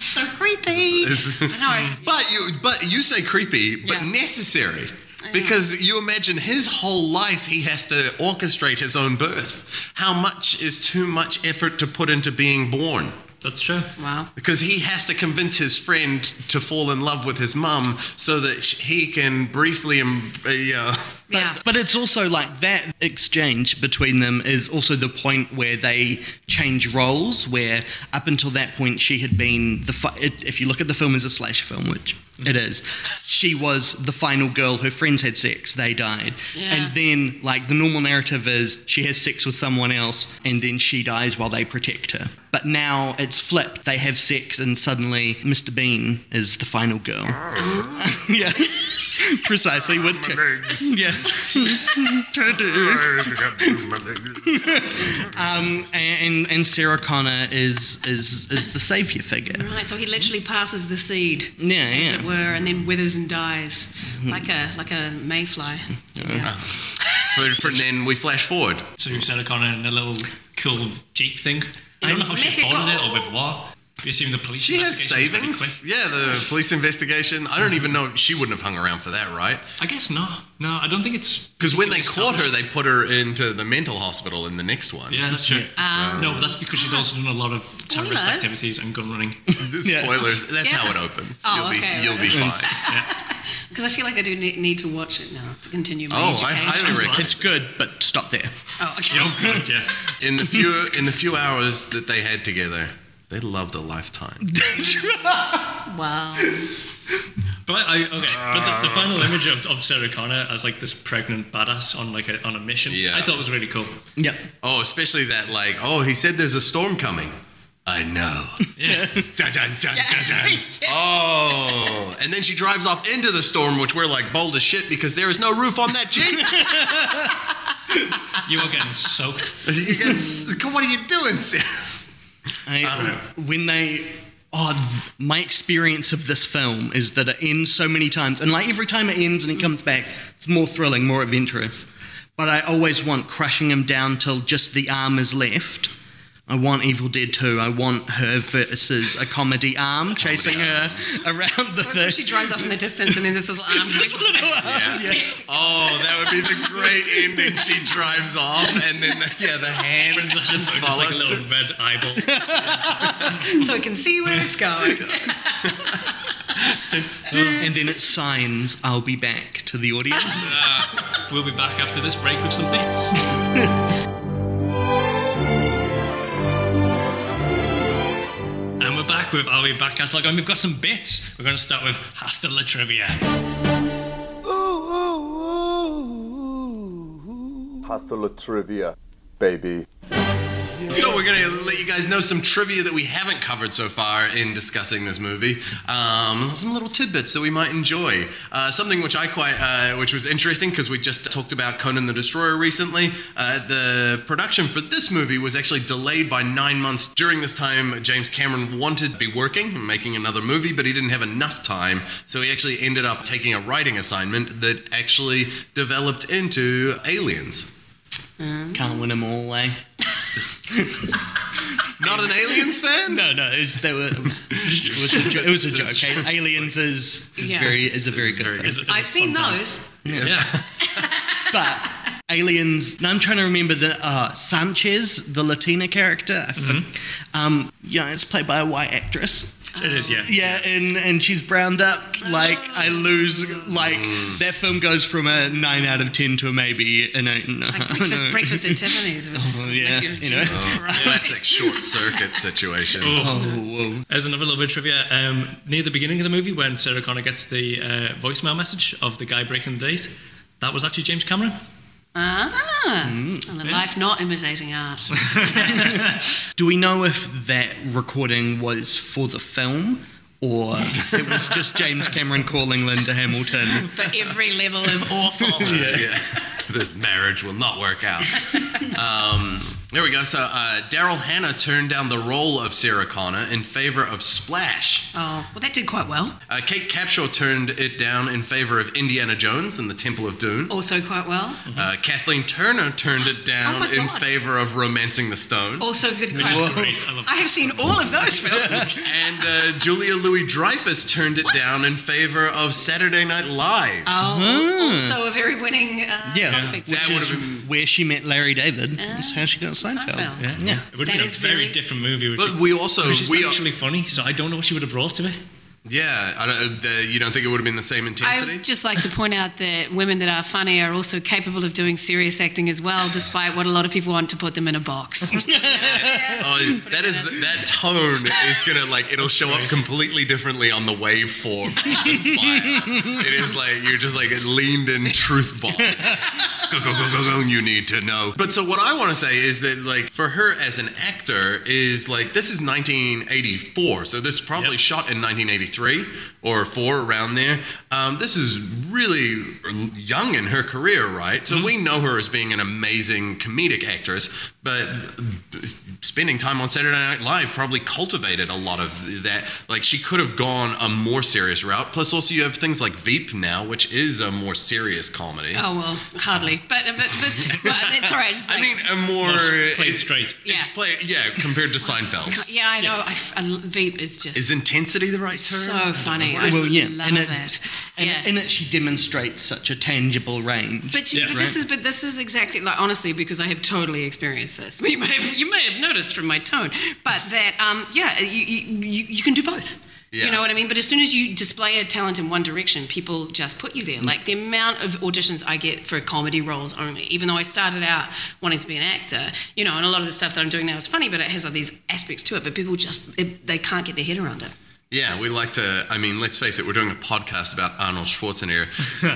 S6: so creepy.
S2: It's-
S6: I know. I was-
S2: But you, but you say creepy, but
S6: Yeah.
S2: necessary. Because you imagine his whole life, he has to orchestrate his own birth. How much is too much effort to put into being born?
S1: That's true.
S6: wow.
S2: Because he has to convince his friend to fall in love with his mum so that sh- he can briefly, um, uh, yeah.
S6: Yeah.
S7: But it's also like that exchange between them is also the point where they change roles. Where up until that point, she had been the. Fi- it, if you look at the film as a slasher film, which
S6: Mm-hmm.
S7: it is, she was the final girl. Her friends had sex, they died,
S6: Yeah.
S7: and then like the normal narrative is she has sex with someone else, and then she dies while they protect her. But now it's flipped. They have sex, and suddenly Mr. Bean is the final girl. yeah, precisely. With two- yeah. um, and and Sarah Connor is is is the savior figure.
S6: Right, so he literally passes the seed,
S7: Yeah,
S6: as
S7: yeah.
S6: it were, and then withers and dies,
S2: Hmm.
S6: like a like a mayfly. Yeah.
S2: But from then we flash forward.
S1: So you said O'Connor in a little cool jeep thing. I don't know how she
S6: Mythical.
S1: followed it or with what. You assume the police.
S2: She has
S1: investigation was pretty
S2: savings.
S1: quick.
S2: Yeah, the police investigation. I don't even know. She wouldn't have hung around for that, right?
S1: I guess not. No, I don't think it's
S2: Because when they caught her,
S1: established.
S2: they put her into the mental hospital in the next one.
S1: Yeah, that's true.
S6: Um,
S1: no, but that's because she'd also done a lot of terrorist
S6: Spoilers.
S1: activities and gun running.
S2: The Spoilers. That's
S6: Yeah.
S2: how it opens.
S6: Oh,
S2: you'll be,
S6: okay.
S2: you'll be fine.
S6: Because I feel like I do ne- need to watch it now to continue my
S2: Oh, I
S6: education.
S2: highly recommend.
S7: It's good, but stop there.
S6: oh, okay.
S1: oh god, yeah.
S2: In the few in the few hours that they had together, they loved a lifetime.
S6: Wow.
S1: But I okay. But the, the final image of, of Sarah Connor as like this pregnant badass on like a, on a mission,
S2: Yeah.
S1: I thought was really cool.
S7: Yep.
S2: Oh, especially that like, oh, he said there's a storm coming. I know.
S1: Yeah,
S2: Dun, dun, dun, dun, dun. Oh, and then she drives off into the storm, which we're like bold as shit because there is no roof on that jeep.
S1: you are getting soaked.
S2: you get, s- what are you doing, Sarah?
S7: I,
S1: Um,
S7: when they. Oh, th- my experience of this film is that it ends so many times, and like every time it ends and it comes back, it's more thrilling, more adventurous. But I always want crushing him down till just the arm is left, I want Evil Dead 2. I want her versus a comedy arm chasing her around the
S6: That's when she
S7: thing.
S6: drives off in the distance and then this little arm.
S7: This little arm,
S2: Yeah. Oh, that would be the great ending. She drives off, and then the, yeah, the hand
S1: Friends are just, just like a
S2: follows
S1: little
S2: her.
S1: red eyeball.
S6: so it can see where it's going.
S7: And then it signs, I'll be back to the
S6: Uh-huh.
S7: audience.
S1: We'll be back after this break with some bits. and we're back with Are We Back Castle and we've got some bits. We're going to start with Hasta La Trivia.
S4: Hasta la trivia, baby.
S2: So we're gonna let you guys know some trivia that we haven't covered so far in discussing this movie. Um, some little tidbits that we might enjoy. Uh, something which I quite, uh, which was interesting because we just talked about Conan the Destroyer recently. Uh, the production for this movie was actually delayed by nine months. During this time, James Cameron wanted to be working and making another movie, but he didn't have enough time, so he actually ended up taking a writing assignment that actually developed into Aliens.
S7: Can't win them all, eh?
S2: Not an Aliens fan?
S7: No, no, it was, they were, it was, it was a, jo- it was a joke. eh? Aliens is, is
S6: Yeah.
S7: very is a very good
S2: very
S7: film.
S2: good.
S1: It's- it's a
S6: I've seen
S1: fun time.
S6: those.
S1: Yeah.
S7: But Aliens. Now I'm trying to remember the uh, Sanchez, the Latina character. I think. Um, yeah, it's played by a white actress.
S1: It is, yeah.
S7: Yeah, and and she's browned up. Like I lose. Like that film goes from a nine out of ten to a maybe an eight. And a
S6: Like
S7: half.
S6: breakfast,
S7: No.
S6: breakfast at Tiffany's.
S7: Oh, yeah,
S6: Like,
S7: you know.
S6: Jesus Christ.
S2: Classic short circuit situation.
S7: Oh, whoa.
S1: There's another little bit of trivia. Um, near the beginning of the movie, when Sarah Connor gets the uh, voicemail message of the guy breaking the days, that was actually James Cameron.
S6: Ah,
S7: Mm,
S6: and the life not imitating art.
S7: Do we know if that recording was for the film? Or it was just James Cameron calling Linda Hamilton.
S6: For every level of awful.
S2: yeah. this marriage will not work out. Um, there we go. So uh, Daryl Hannah turned down the role of Sarah Connor in favor of Splash.
S6: Oh, well, that did quite well.
S2: Uh, Kate Capshaw turned it down in favor of Indiana Jones and the Temple of Doom.
S6: Also quite well.
S2: Uh, Kathleen Turner turned it down
S6: Oh. Oh my
S2: in
S6: God. Oh.
S2: favor of Romancing the Stone.
S6: Also good.
S1: Which is
S6: quite-
S1: great. I love
S6: I have seen all of those films.
S2: And uh, Julia Louis Dreyfus turned it down in favor of Saturday Night Live.
S6: Oh, also a very winning uh,
S7: Mm. Yeah,
S6: prospect.
S7: which
S2: That
S7: is
S2: would've been-
S7: where she met Larry David.
S6: Ah,
S7: That's how she got Seinfeld.
S6: Seinfeld.
S1: Yeah.
S7: Yeah.
S1: It would have
S6: That
S1: been a
S6: is
S1: very,
S6: very-
S1: different movie. Which
S2: But we also
S1: which is
S2: we
S1: actually funny, so I don't know what she would have brought to it.
S2: yeah. I don't, uh, you don't think it would have been the same
S6: I
S2: intensity?
S6: would just like to point out that women that are funny are also capable of doing serious acting as well, despite what a lot of people want to put them in a box.
S2: Oh, is- that is that tone is gonna like it'll show up completely differently on the waveform. of the smile. it is like you're just like leaned in truth bomb. Go go go go go! You need to know. But so what I want to say is that like for her as an actor is like this is 1984, so this is probably
S1: Yep.
S2: shot in 1983 or four around there. Um, this is really young in her career, right?
S1: Mm-hmm.
S2: So we know her as being an amazing comedic actress, but spending time on Saturday Night Live probably cultivated a lot of that. Like she could have gone a more serious route. Plus, also you have things like Veep now, which is a more serious comedy.
S6: Oh well, hardly. But but but, but that's all right. Just like,
S2: I mean, a more
S1: Well, she played
S2: it's-
S1: straight.
S2: It's
S6: Yeah.
S2: play, yeah, compared to Seinfeld.
S6: yeah, I know. I, I, Veep is just
S2: Is intensity the right term?
S6: so funny. I
S7: Well,
S6: just
S7: yeah,
S6: love
S7: and
S6: it.
S7: it- And
S6: yeah.
S7: in it, she demonstrates such a tangible range.
S6: But, you,
S1: Yeah.
S6: but this is but this is exactly like honestly because I have totally experienced this. You may have, you may have noticed from my tone, but that um, yeah, you, you, you you can do both.
S2: Yeah.
S6: You know what I mean? But as soon as you display a talent in one direction, people just put you there. Like the amount of auditions I get for comedy roles only, even though I started out wanting to be an actor, you know, and a lot of the stuff that I'm doing now is funny, but it has all these aspects to it. But people just, it, they can't get their head around it.
S2: Yeah, we like to. I mean, let's face it, we're doing a podcast about Arnold Schwarzenegger.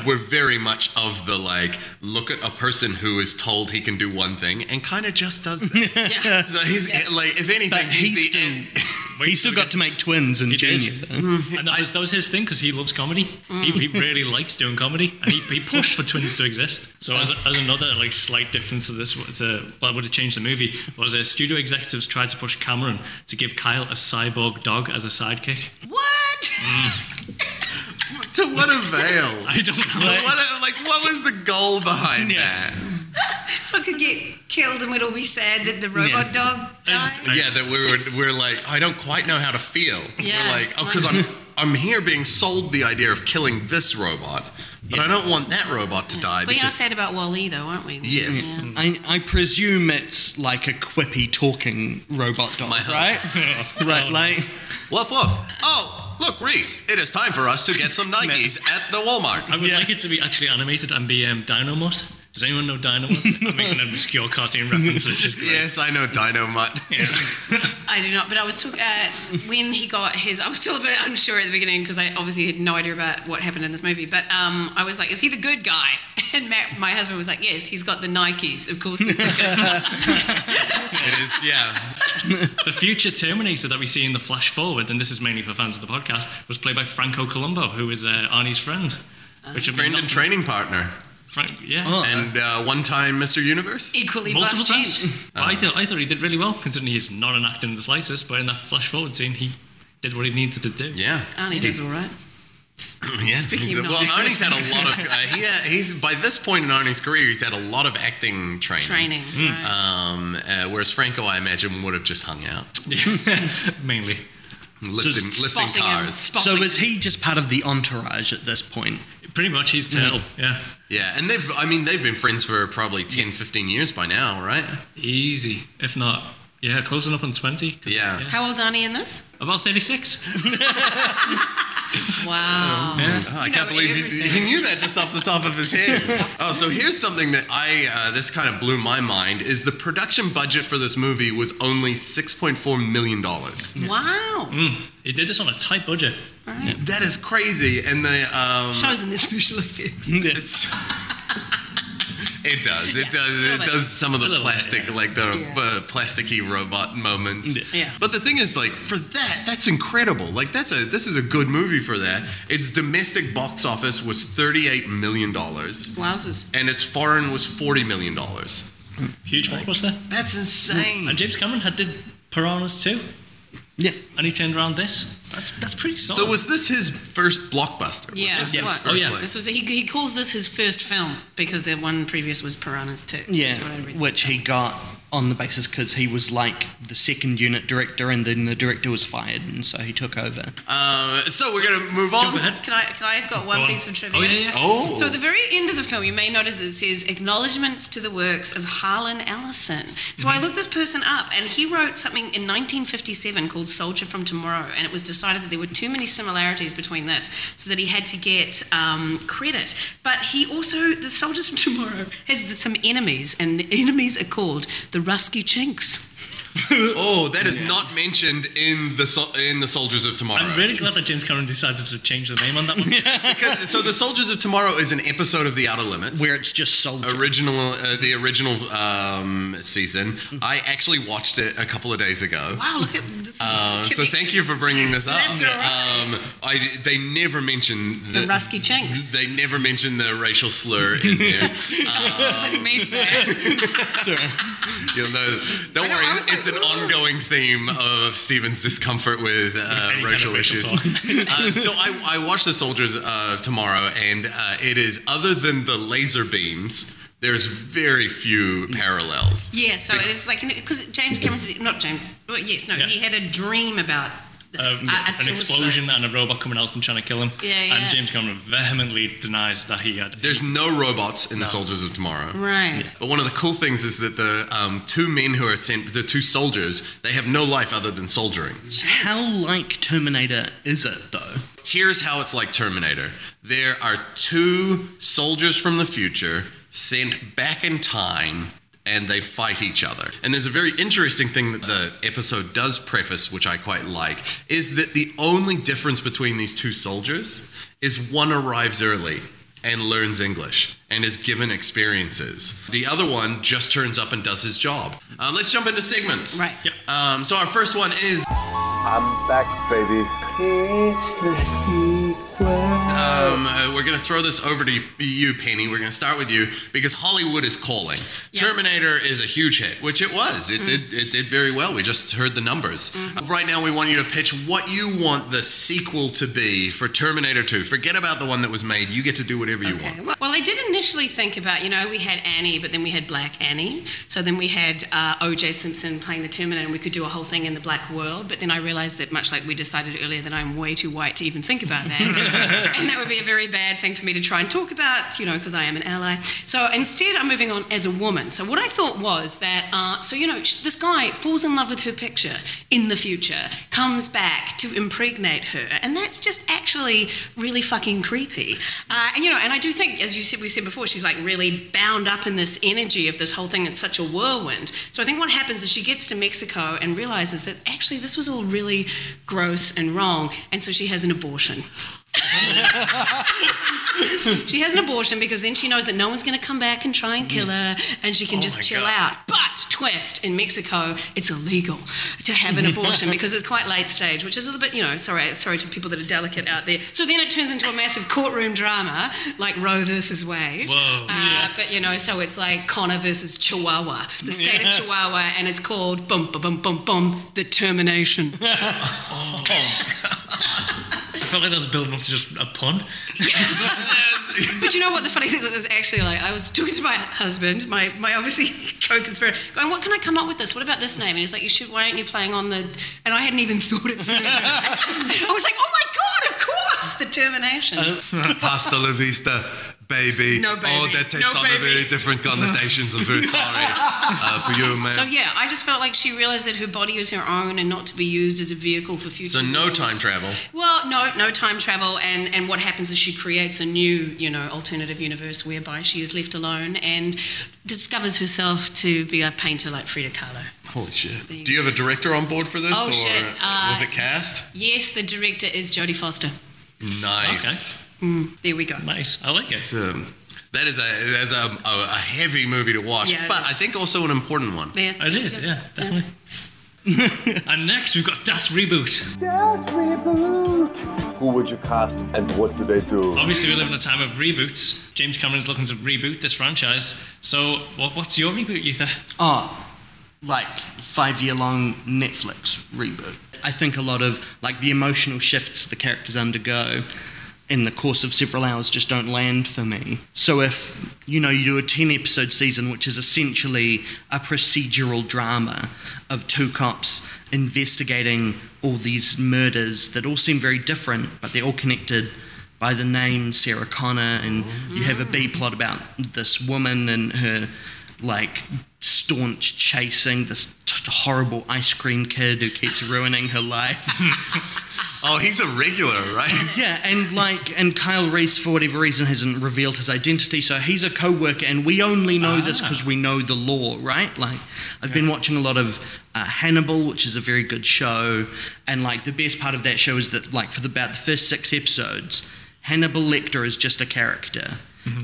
S2: we're very much of the like, look at a person who is told he can do one thing and kind of just does that.
S6: Yeah.
S2: so he's like, if anything,
S7: But
S2: he's,
S7: he's
S2: the.
S7: still- he still got to make twins and
S1: did.
S7: Junior. though.
S6: Mm.
S1: And that was, that was his thing because he loves comedy. He, he really likes doing comedy, and he, he pushed for twins to exist. So as, as another like slight difference to this, to what would have changed the movie was uh, studio executives tried to push Cameron to give Kyle a cyborg dog as a sidekick.
S6: What?
S2: to what avail?
S1: I don't know.
S2: What- like, what was the goal behind that?
S6: so I could get killed and we'd all be sad that the robot
S7: Yeah.
S6: dog died.
S2: yeah, that we were, we're like, I don't quite know how to feel.
S6: Yeah.
S2: We're like, oh, because I'm, I'm here being sold the idea of killing this robot, but I don't want that robot to die.
S6: we are
S2: because-
S6: sad about Wally though, aren't we?
S2: Yes.
S6: Yeah.
S7: I, I presume it's like a quippy talking robot dog,
S2: My-
S7: right? right, like
S2: Woof woof. Oh, look, Reese, it is time for us to get some Nikes at the
S1: I
S2: Walmart.
S1: would like it to be actually animated and be um, Dynamut. Does anyone know Dynamut? I'm making an obscure cartoon reference, which is great.
S2: Yes, I know Dino Mutt.
S1: Yeah.
S6: I do not. But I was talking uh, when he got his. I was still a bit unsure at the beginning because I obviously had no idea about what happened in this movie. But um, I was like, "Is he the good guy?" And Matt, my husband, was like, "Yes, he's got the Nikes. Of course, he's the good guy."
S2: It is, yeah.
S1: The future Terminator that we see in the flash forward, and this is mainly for fans of the podcast, was played by Franco Colombo, who is uh, Arnie's friend. Which have been
S2: Ah. Friend and
S1: not-
S2: training partner.
S1: Frank, yeah.
S6: Uh-huh.
S7: Oh,
S2: And uh, one time Mr. Universe.
S6: Equally
S1: Multiple
S6: buff
S1: times.
S6: gent.
S1: I, thought, I thought he did really well, considering he's not an actor in the slightest, but in that flash forward scene, he did what he needed to do.
S2: Yeah.
S6: Arnie does all right.
S2: Yeah.
S6: Uh, Speaking
S2: He's-
S6: of
S2: well,
S6: not-
S2: Arnie's had a lot of. Uh, he had, he's by this point in Arnie's career, he's had a lot of acting training.
S6: Training. right.
S2: Um, uh, whereas Franco, I imagine, would have just hung out,
S1: mainly.
S2: lifting,
S1: Just
S2: lifting
S6: Spotting him.
S2: cars.
S6: Spotting
S7: so is
S6: him.
S7: he just part of the entourage at this point?
S1: Pretty much he's Turtle, yeah.
S2: Yeah, and they've. I mean, they've been friends for probably 10, 15 years by now, right?
S1: Easy, if not, yeah, closing up on 20. 'cause-
S2: Yeah.
S6: How old Arnie in this?
S1: About 36.
S6: Wow.
S1: Yeah.
S2: Oh, I
S6: You
S2: can't
S6: know
S2: believe he,
S6: everything.
S2: he knew that just off the top of his head. oh, so here's something that I uh, this kind of blew my mind is the production budget for this movie was only six point four million dollars.
S6: Wow.
S2: Hmm.
S1: Mm. He did this on a tight budget.
S6: Right.
S2: That is crazy, and the um,
S6: Shows in the special effects.
S2: it's- it does it does it
S6: little bit.
S2: does some of the
S1: A little bit,
S2: plastic
S1: yeah.
S2: like the
S6: Yeah.
S2: uh, plasticky robot moments.
S6: Yeah.
S2: But the thing is, like for that, that's incredible. Like that's a this is a good movie for that. Its domestic box office was thirty eight million dollars.
S6: Wowzers.
S2: and its foreign was forty million dollars.
S1: Huge blockbuster.
S2: That's insane.
S1: And James Cameron had did Piranhas too,
S7: Yeah.
S1: and he turned around this. That's that's pretty solid.
S2: So was this his first blockbuster? Was
S6: Yeah.
S2: this his
S6: Yes. What?
S2: first,
S1: Oh, yeah.
S2: like-
S6: This was he, he calls this his first film because the one previous was Piranha's Two.
S7: Yeah, which he got on the basis because he was like the second unit director, and then the director was fired, and so he took over.
S2: Uh, so we're gonna move
S1: Jump
S2: on.
S1: ahead.
S6: Can I? Can I have got one
S1: Go on.
S6: piece of trivia?
S1: Oh, yeah, yeah.
S2: Oh,
S6: So at the very end of the film, you may notice it says acknowledgements to the works of Harlan Ellison. So I looked this person up, and he wrote something in 1957 called Soldier from Tomorrow, and it was decided that there were too many similarities between this, so that he had to get um, credit. But he also, the Soldiers from Tomorrow, has the- some enemies, and the enemies are called the Rusky Chinks.
S2: oh, that is not mentioned in the Sol- in the Soldiers of Tomorrow.
S1: I'm really glad that James Cameron decided to change the name on that one.
S2: Because- so the Soldiers of Tomorrow is an episode of The Outer Limits.
S7: Where it's just
S1: Um,
S7: soldier.
S2: Original, uh, the original um, season.
S6: Mm-hmm.
S2: I actually watched it a couple of days ago.
S6: Wow, look at this. is
S2: Uh, so
S6: connected.
S2: thank you for bringing this up.
S6: That's all right.
S2: um, I, they never mention
S6: The Rusky Chinks.
S2: They never mention the racial slur in there.
S6: Just like me, sir.
S2: You'll know. Don't
S6: I know,
S2: worry,
S6: I was
S2: it's
S6: like,
S2: an
S6: "Ooh."
S2: ongoing theme of Stephen's discomfort with uh,
S1: Any kind of
S2: racial
S1: racial
S2: issues.
S1: talk.
S2: uh, so I, I watched The Soldiers uh, tomorrow, and uh, it is other than the laser beams. There's very
S6: Mm.
S2: few parallels.
S6: Yeah, so it is like because James Cameron, said- not James, well, yes, no,
S1: Yeah.
S6: he had a dream about the,
S1: Um,
S6: a- a
S1: an
S6: torso.
S1: explosion and a robot coming out and trying to kill him.
S6: Yeah, yeah.
S1: And James Cameron vehemently denies that he had.
S2: There's no robots in The Soldiers of Tomorrow.
S6: Right.
S2: But one of the cool things is that the um, two men who are sent, the two soldiers, they have no life other than soldiering.
S7: How like Terminator is it though?
S2: Here's how it's like Terminator there are two soldiers from the future sent back in time. And they fight each other. And there's a very interesting thing that the episode does preface, which I quite like, is that the only difference between these two soldiers is one arrives early and learns English and is given experiences. The other one just turns up and does his job. Uh, let's jump into segments.
S6: Right.
S1: Yep.
S2: Um, so our first one is
S4: I I'm back, baby.
S2: Um, uh, we're going to throw this over to you, you, Penny. We're going to start with you because Hollywood is calling.
S6: Yeah.
S2: Terminator is a huge hit, which it was. It, did, it did very well. We just heard the numbers. Uh, right now, we want you to pitch what you want the sequel to be for Terminator 2. Forget about the one that was made. You get to do whatever you want.
S6: Okay. Well, I did initially think about, you know, we had Annie, but then we had Black Annie. So then we had uh, O.J. Simpson playing the Terminator, and we could do a whole thing in the black world. But then I realised that, much like we decided earlier, that I'm way too white to even think about that. and that would be a very bad thing for me to try and talk about, you know, because I am an ally. So instead, I'm moving on as a woman. So what I thought was that, uh, so, you know, sh- this guy falls in love with her picture in the future, comes back to impregnate her. And that's just actually really fucking creepy. Uh, and, you know, and I do think, as you said, we said before, she's like really bound up in this energy of this whole thing. It's such a whirlwind. So I think what happens is she gets to Mexico and realizes that actually this was all really gross and wrong. And so she has an abortion. she has an abortion because then she knows that no one's going to come back and try and kill her and she can just
S2: Oh my
S6: chill
S2: God.
S6: out. But, twist, in Mexico, it's illegal to have an abortion because it's quite late stage, which is a little bit, you know, sorry, sorry to people that are delicate out there. So then it turns into a massive courtroom drama like Roe versus Wade.
S1: Whoa.
S6: Uh, But, you know, so it's like Connor versus Chihuahua, the state of Chihuahua, and it's called bum, bum, bum, bum, bum, the termination.
S1: I felt like that was building up to just a pun.
S6: But you know what? The funny thing is, is actually like I was talking to my husband, my my obviously co-conspirator, going, "What can I come up with this? What about this name?" And he's like, "You should. Why aren't you playing on the?" And I hadn't even thought it. through. I was like, "Oh my god! Of course, the terminations."
S2: Oh, Pasta la vista, baby.
S6: No, baby.
S2: Oh, that takes
S6: No,
S2: on a
S6: baby.
S2: very different connotations. I'm very sorry uh, for you, man.
S6: so yeah, I just felt like she realized that her body is her own and not to be used as a vehicle for future.
S2: so no
S6: wars.
S2: time travel.
S6: Well, no, no time travel, and and what happens is she creates a new, you know, alternative universe whereby she is left alone and discovers herself to be a painter like Frida Kahlo.
S2: Holy shit. Do you have a director on board for this?
S6: Oh,
S2: or
S6: shit, uh,
S2: was it cast?
S6: Yes, the director is Jodie Foster.
S2: Nice.
S6: There we go.
S1: Nice. I like it.
S2: It's, um, that is a that's a, a, a heavy movie to watch,
S6: Yeah, it
S2: but
S6: is.
S2: I think also an important one.
S6: There.
S1: It is, yeah, definitely. and next we've got Das Reboot.
S4: Who would you cast and what do they do?
S1: Obviously, we live in a time of reboots. James Cameron's looking to reboot this franchise. So, what, what's your reboot, Yutha?
S7: Oh, like five year long Netflix reboot. I think a lot of like the emotional shifts the characters undergo in the course of several hours just don't land for me. So if you know you do a 10 episode season which is essentially a procedural drama of two cops investigating all these murders that all seem very different but they're all connected by the name Sarah Connor, and you have a B plot about this woman and her like staunch chasing this t- horrible ice cream kid who keeps ruining her life.
S2: Oh, he's a regular, right?
S7: yeah, and like, and Kyle Reese for whatever reason hasn't revealed his identity, so he's a co-worker, and we only know this
S1: Ah.
S7: because we know the law, right? Like, I've been watching a lot of uh, Hannibal, which is a very good show, and like the best part of that show is that like for the, about the first six episodes, Hannibal Lecter is just a character.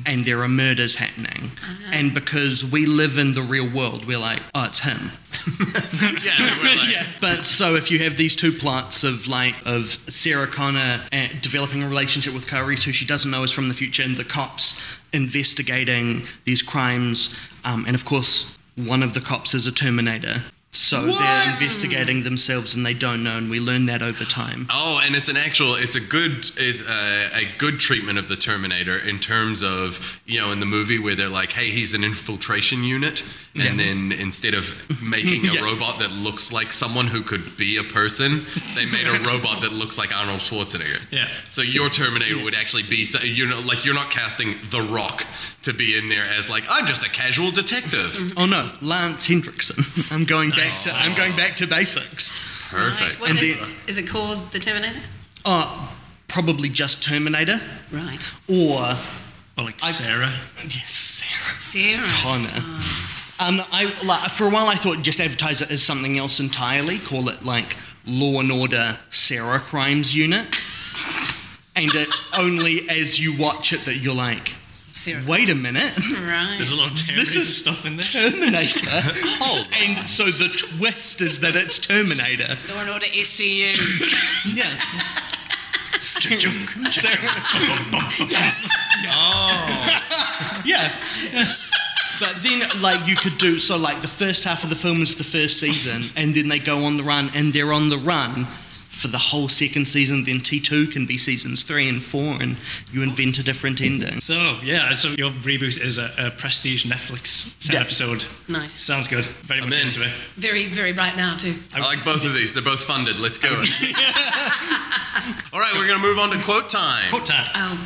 S7: And there are murders happening. And because we live in the real world, we're like, oh, it's him.
S2: yeah, we're like,
S7: But so if you have these two plots of like of Sarah Connor uh, developing a relationship with Kyle Reese, who she doesn't know is from the future, and the cops investigating these crimes, um, and of course one of the cops is a Terminator. So they're investigating themselves and they don't know, and we learn that over time.
S2: Oh, and it's an actual. It's a good. It's a, a good treatment of the Terminator in terms of you know in the movie where they're like, hey, he's an infiltration unit, and then instead of making a
S7: Yeah.
S2: robot that looks like someone who could be a person, they made a robot that looks like Arnold Schwarzenegger.
S1: Yeah.
S2: So your Terminator would actually be, so- you know, like you're not casting The Rock to be in there as like I'm just a casual detective.
S7: Oh no, Lance Hendrickson. I'm going back
S1: Nice.
S7: to I'm going back to basics.
S2: Perfect.
S6: What
S7: And
S6: is-
S7: the-
S6: is it called The Terminator?
S7: Oh, probably just Terminator
S6: Right.
S7: or
S1: Or like Sarah?
S7: yes, Sarah.
S6: Sarah. Oh,
S7: Connor. Um, I like, for a while I thought just advertise it as something else entirely. Call it like Law and Order Sarah Crimes Unit, and it's only as you watch it that you're like,
S6: Sarah.
S7: wait a minute.
S6: Right.
S1: There's a lot of
S7: This
S1: Terminator
S7: is
S1: stuff in this.
S7: Terminator. And so the twist is that it's Terminator.
S6: Law and Order SCU.
S7: Yeah. Sarah- Sarah-
S2: Oh,
S7: yeah. But then, like, you could do so, like, the first half of the film is the first season, and then they go on the run, and they're on the run for the whole second season. Then T2 can be seasons three and four, and you invent a different ending.
S1: So yeah, so your reboot is a, a prestige Netflix ten
S7: Yeah.
S1: episode.
S6: nice.
S1: Sounds good. Very much
S2: in.
S1: into it.
S6: Very, very right now too.
S2: I like both of these. They're both funded. Let's go. All right, we're gonna move on to quote time.
S1: Quote time.
S6: Oh,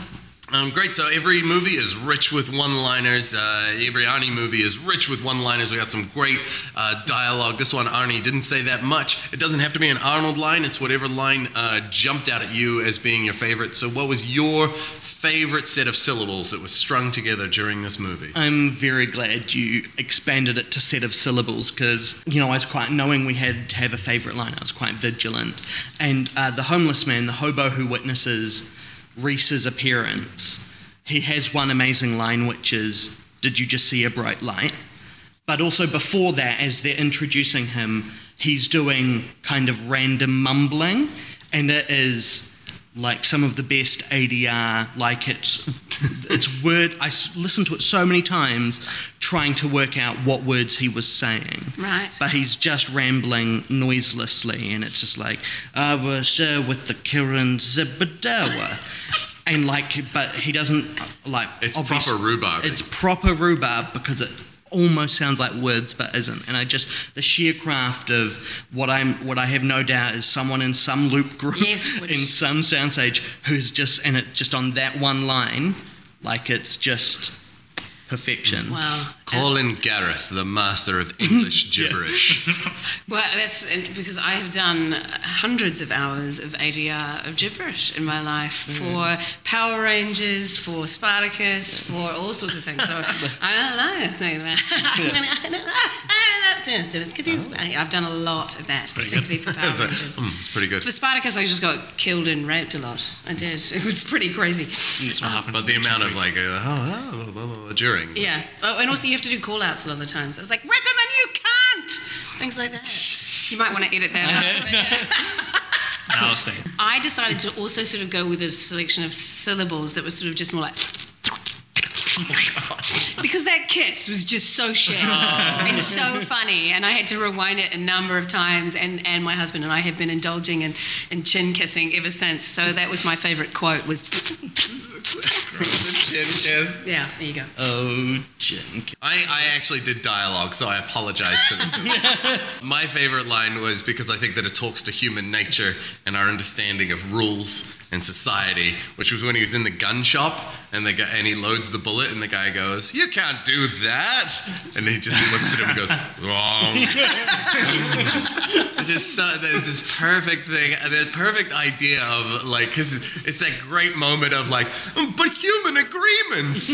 S2: Um, great. So every movie is rich with one-liners. Uh, every Arnie movie is rich with one-liners. We got some great uh, dialogue. This one, Arnie didn't say that much. It doesn't have to be an Arnold line. It's whatever line uh, jumped out at you as being your favorite. So what was your favorite set of syllables that was strung together during this movie?
S7: I'm very glad you expanded it to set of syllables because you know I was quite knowing we had to have a favourite line. I was quite vigilant, and uh, the homeless man, the hobo who witnesses Reese's appearance, he has one amazing line, which is, "Did you just see a bright light?" But also before that, as they're introducing him, he's doing kind of random mumbling, and it is like some of the best ADR. Like it's it's word. I s- listened to it so many times, trying to work out what words he was saying.
S6: Right.
S7: But he's just rambling noiselessly, and it's just like I was uh, with the Kiran Zebadawa. And like, but he doesn't like.
S2: It's
S7: obvious-
S2: proper rhubarb.
S7: It's proper rhubarb because it almost sounds like words but isn't and i just the sheer craft of what i'm what i have no doubt is someone in some loop group
S6: Yes, which-
S7: in some soundstage who's just and it just on that one line like it's just perfection
S6: wow.
S2: Colin Gareth, the master of English gibberish.
S6: Well, that's and because I have done hundreds of hours of ADR of gibberish in my life
S1: Mm.
S6: for Power Rangers, for Spartacus, for all sorts of things. So I don't know. it's like that. I don't know. I don't know. I've done a lot of that,
S1: pretty good. hmm.
S6: particularly for Power Rangers.
S2: Mm, it's pretty good.
S6: For Spartacus, I just got killed and raped a lot. I did. It was pretty crazy.
S1: That's what happens.
S2: But the amount of like, uh, oh, oh, blah, blah, blah, during. was-
S6: Yeah. Oh, and also you have to do call outs a lot of the times. So it's like, rip him and you can't! Things like that. You might want to edit that out.
S1: Nah, I'll stay.
S6: I decided to also sort of go with a selection of syllables that was sort of just more like. Because that kiss was just so shit and so funny, and I had to rewind it a number of times. And, and my husband and I have been indulging in, in chin kissing ever since. So that was my favorite quote. Was yeah, there you go.
S7: oh jink
S2: I, I actually did dialogue, so I apologize to the two. of you. My favorite line was because I think that it talks to human nature and our understanding of rules and society, which was when he was in the gun shop and the guy, and he loads the bullet and the guy goes, "You can't do that," and he just looks at him and goes, "Wrong." it's just so, there's this perfect thing, the perfect idea of like, because it's that great moment of like, but human agreements.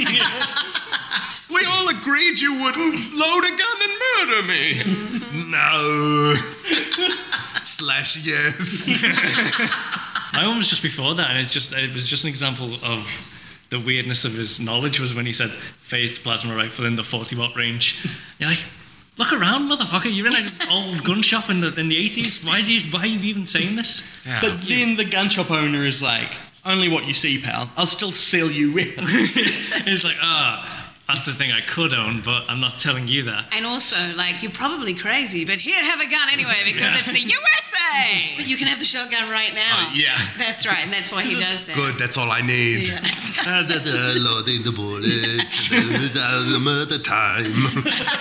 S2: We all agreed you wouldn't load a gun and murder me. No. Slash yes.
S1: My one was just before that, and it's just it was just an example of the weirdness of his knowledge was when he said phased plasma rifle in the 40 watt range. You're like, look around, motherfucker. You're in an old gun shop in the in the 80s. Why do you why are you even saying this?
S7: but then the gun shop owner is like only what you see pal i'll still sell you weapons
S1: it's like ah, that's a thing I could own, but I'm not telling you that.
S6: And also, like, you're probably crazy, but here, have a gun anyway because it's the USA. But you can have the shotgun right now.
S2: Uh, yeah.
S6: That's right, and that's why he does that.
S2: Good, that's all I need.
S6: Yeah.
S2: Loading the bullets. the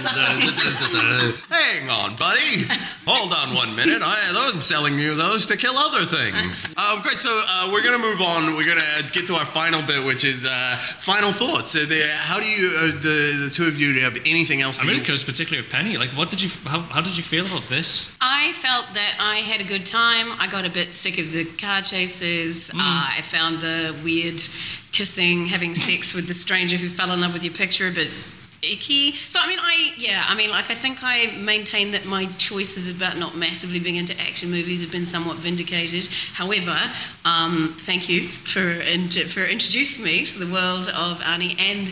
S2: time. Hang on, buddy. Hold on one minute. I, I'm selling you those to kill other things. Um, great, so uh, we're going to move on. We're going to get to our final bit, which is uh, final thoughts. So there, how do you, uh, the, the two of you, do you have anything else
S1: I'm
S2: to
S1: really curious, particularly with Penny. Like, what did you how, how did you feel about this?
S6: I felt that I had a good time. I got a bit sick of the car chases. Uh, I found the weird kissing, having sex with the stranger who fell in love with your picture a bit icky. So I mean, I yeah, I mean, like I think I maintain that my choices about not massively being into action movies have been somewhat vindicated. However, um, thank you for int for introducing me to the world of Arnie and.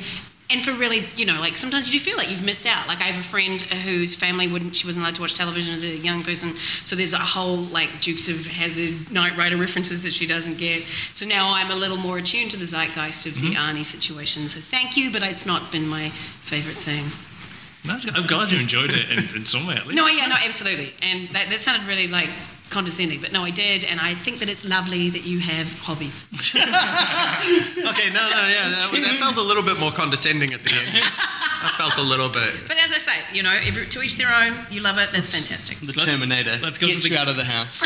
S6: And for really, you know, like sometimes you do feel like you've missed out. Like I have a friend whose family wouldn't, she wasn't allowed to watch television as a young person. So there's a whole like Dukes of Hazard, Knight Rider references that she doesn't get. So now I'm a little more attuned to the zeitgeist of the
S7: Mm-hmm.
S6: Arnie situation. So thank you, but it's not been my favorite thing.
S1: That's good. I'm glad you enjoyed it in, in some way at least.
S6: No, yeah, no, absolutely. And that, that sounded really like condescending, but no, I did. And I think that it's lovely that you have hobbies.
S2: Okay, no, no, yeah, that, was, that felt a little bit more condescending at the end. That felt a little bit.
S6: But as I say, you know, every, to each their own. You love it. That's fantastic.
S7: The
S1: let's-
S7: Terminator.
S1: let's go to
S7: Get
S1: the-
S7: you out of the house.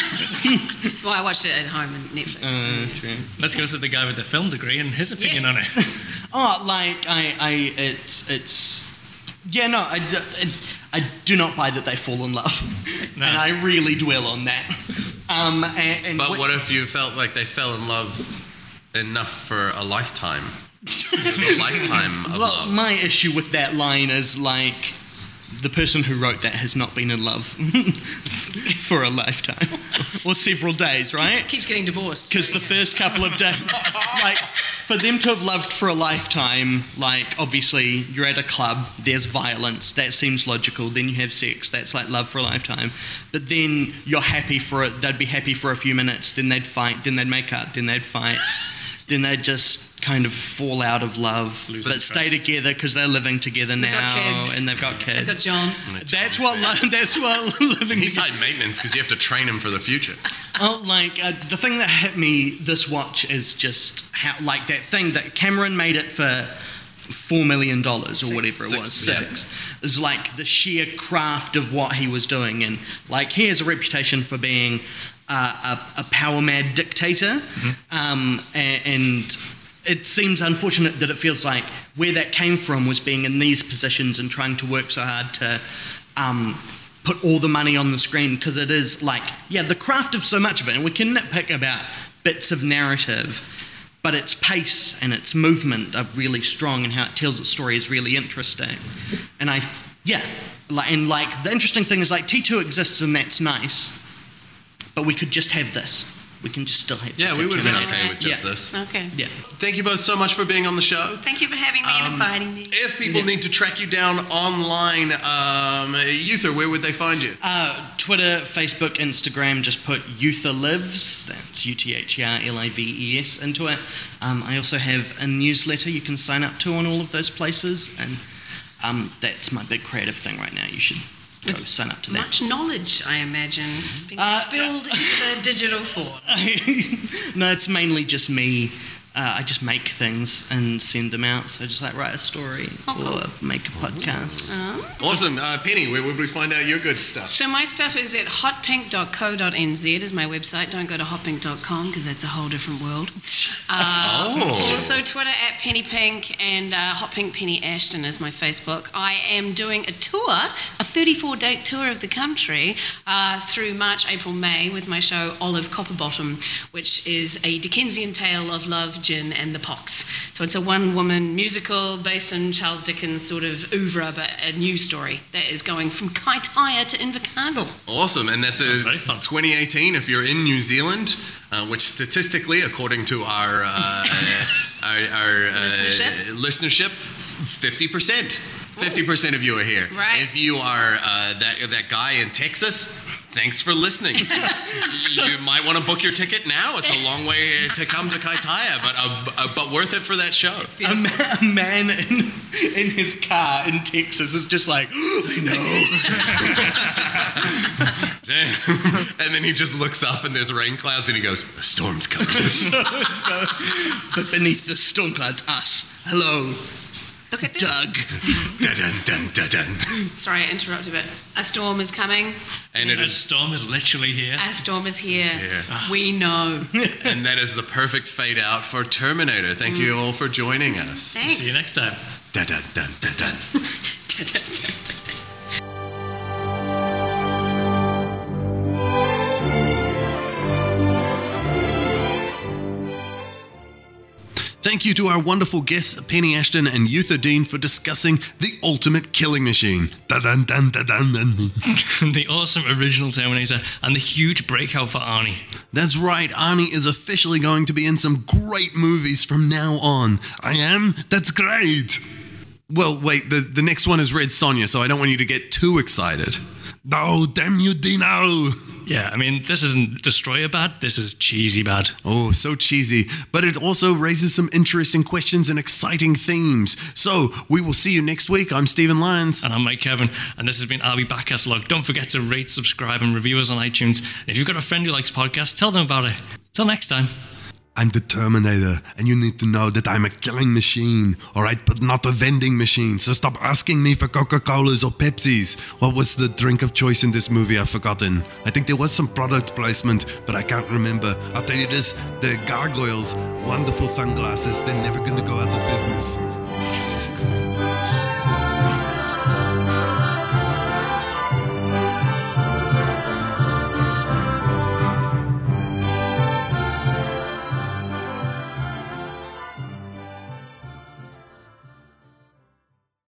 S6: Well, I watched it at home on Netflix.
S7: Uh, true.
S1: Let's go to the guy with the film degree and his opinion
S6: Yes.
S1: on it.
S7: Oh, like I, I, it's, it's, yeah, no, I, d- I- I do not buy that they fall in love,
S1: No.
S7: and I really dwell on that. Um, and, and
S2: But
S7: wh-
S2: what if you felt like they fell in love enough for a lifetime? It was a lifetime of
S7: well,
S2: love.
S7: my issue with that line is like the person who wrote that has not been in love for a lifetime or several days, right?
S6: Keeps getting divorced.
S7: Because
S6: so,
S7: the
S6: yeah.
S7: first couple of days, like, for them to have loved for a lifetime, like, obviously, you're at a club, there's violence, that seems logical, then you have sex, that's like love for a lifetime. But then you're happy for it, they'd be happy for a few minutes, then they'd fight, then they'd make up, then they'd fight, then they'd just kind of fall out of love,
S1: Lose
S7: but stay
S1: interest.
S7: together because they're living together
S6: got
S7: now
S6: kids.
S7: and they've got kids.
S6: I've got John.
S7: that's what lo- that's what living
S2: He's
S7: together.
S2: like maintenance because you have to train him for the future.
S7: Oh, like uh, the thing that hit me this watch is just how like that thing that Cameron made it for four million dollars or whatever it was six is like the sheer craft of what he was doing and like he has a reputation for being uh, a, a power mad dictator um, a- and it seems unfortunate that it feels like where that came from was being in these positions and trying to work so hard to um, put all the money on the screen because it is like, yeah, the craft of so much of it, and we can nitpick about bits of narrative, but its pace and its movement are really strong, and how it tells its story is really interesting. And I, yeah, like, and like the interesting thing is like T2 exists and that's nice, but we could just have this. We can just still have.
S2: Yeah,
S7: just
S2: we
S7: have
S2: would have been
S7: Terminator.
S2: okay with just
S7: Yeah.
S2: this.
S6: Okay.
S7: Yeah.
S2: Thank you both so much for being on the show.
S6: Thank you for having me and
S2: Um,
S6: inviting me.
S2: If people need to track you down online, um, Uther, where would they find you?
S7: Uh, Twitter, Facebook, Instagram, just put Uther Lives, that's U T H E R L I V E S, into it. Um, I also have a newsletter you can sign up to on all of those places, and um, that's my big creative thing right now. You should go sign up to that.
S6: Much knowledge, I imagine, being
S7: Uh,
S6: spilled into the digital form.
S7: no, it's mainly just me. Uh, I just make things and send them out. So I just like write a story
S6: Oh,
S7: or make a podcast.
S2: Awesome. Uh, Penny, where would we find out your good stuff?
S6: So my stuff is at hotpink.co.nz is my website. Don't go to hotpink.com because that's a whole different world. Uh,
S2: Oh.
S6: Also Twitter at Penny Pink and uh, Hotpink Penny Ashton is my Facebook. I am doing a tour, a 34-date tour of the country uh, through March, April, May with my show Olive Copperbottom, which is a Dickensian tale of love, gin, and the pox. So it's a one-woman musical based in Charles Dickens' sort of oeuvre, but a new story that is going from Kaitaia to Invercargill.
S2: Awesome. And that's uh,
S1: very fun.
S2: 2018 if you're in New Zealand, uh, which statistically, according to our, uh, our, our uh,
S6: Listenership?
S2: listenership, 50%. 50% of you are here.
S6: Right.
S2: If you are uh, that, that guy in Texas, thanks for listening. you might want to book your ticket now. It's a long way to come to Kaitaia, but, uh, uh, but worth it for that show.
S7: A, ma- a man in, in his car in Texas is just like, I know.
S2: and then he just looks up and there's rain clouds and he goes, a storm's coming.
S7: but beneath the storm clouds, us. Hello,
S6: Look at this.
S7: Doug.
S2: dun, dun, dun, dun, dun.
S6: Sorry, I interrupted, but a storm is coming.
S2: And it
S1: The
S2: is
S1: storm is literally here.
S6: A storm is here.
S2: here.
S6: We know.
S2: and that is the perfect fade out for Terminator. Thank you all for joining us.
S6: Thanks.
S1: See you next time.
S2: Dun, dun, dun, dun, dun.
S3: Thank you to our wonderful guests, Penny Ashton and Yutha Dean, for discussing the ultimate killing machine. Dun, dun, dun, dun, dun, dun.
S1: the awesome original Terminator and the huge breakout for Arnie.
S3: That's right, Arnie is officially going to be in some great movies from now on. I am? That's great! Well, wait, the, the next one is Red Sonja, so I don't want you to get too excited. Oh, damn you, Dino!
S1: Yeah, I mean, this isn't Destroyer bad, this is cheesy bad.
S3: Oh, so cheesy, but it also raises some interesting questions and exciting themes. So, we will see you next week. I'm Stephen Lyons.
S1: And I'm Mike Kevin, and this has been I'll Be Back Catalog. Don't forget to rate, subscribe, and review us on iTunes. And if you've got a friend who likes podcasts, tell them about it. Till next time.
S3: I'm the Terminator, and you need to know that I'm a killing machine, alright, but not a vending machine. So stop asking me for Coca Cola's or Pepsi's. What was the drink of choice in this movie? I've forgotten. I think there was some product placement, but I can't remember. I'll tell you this the gargoyles, wonderful sunglasses, they're never gonna go out of business.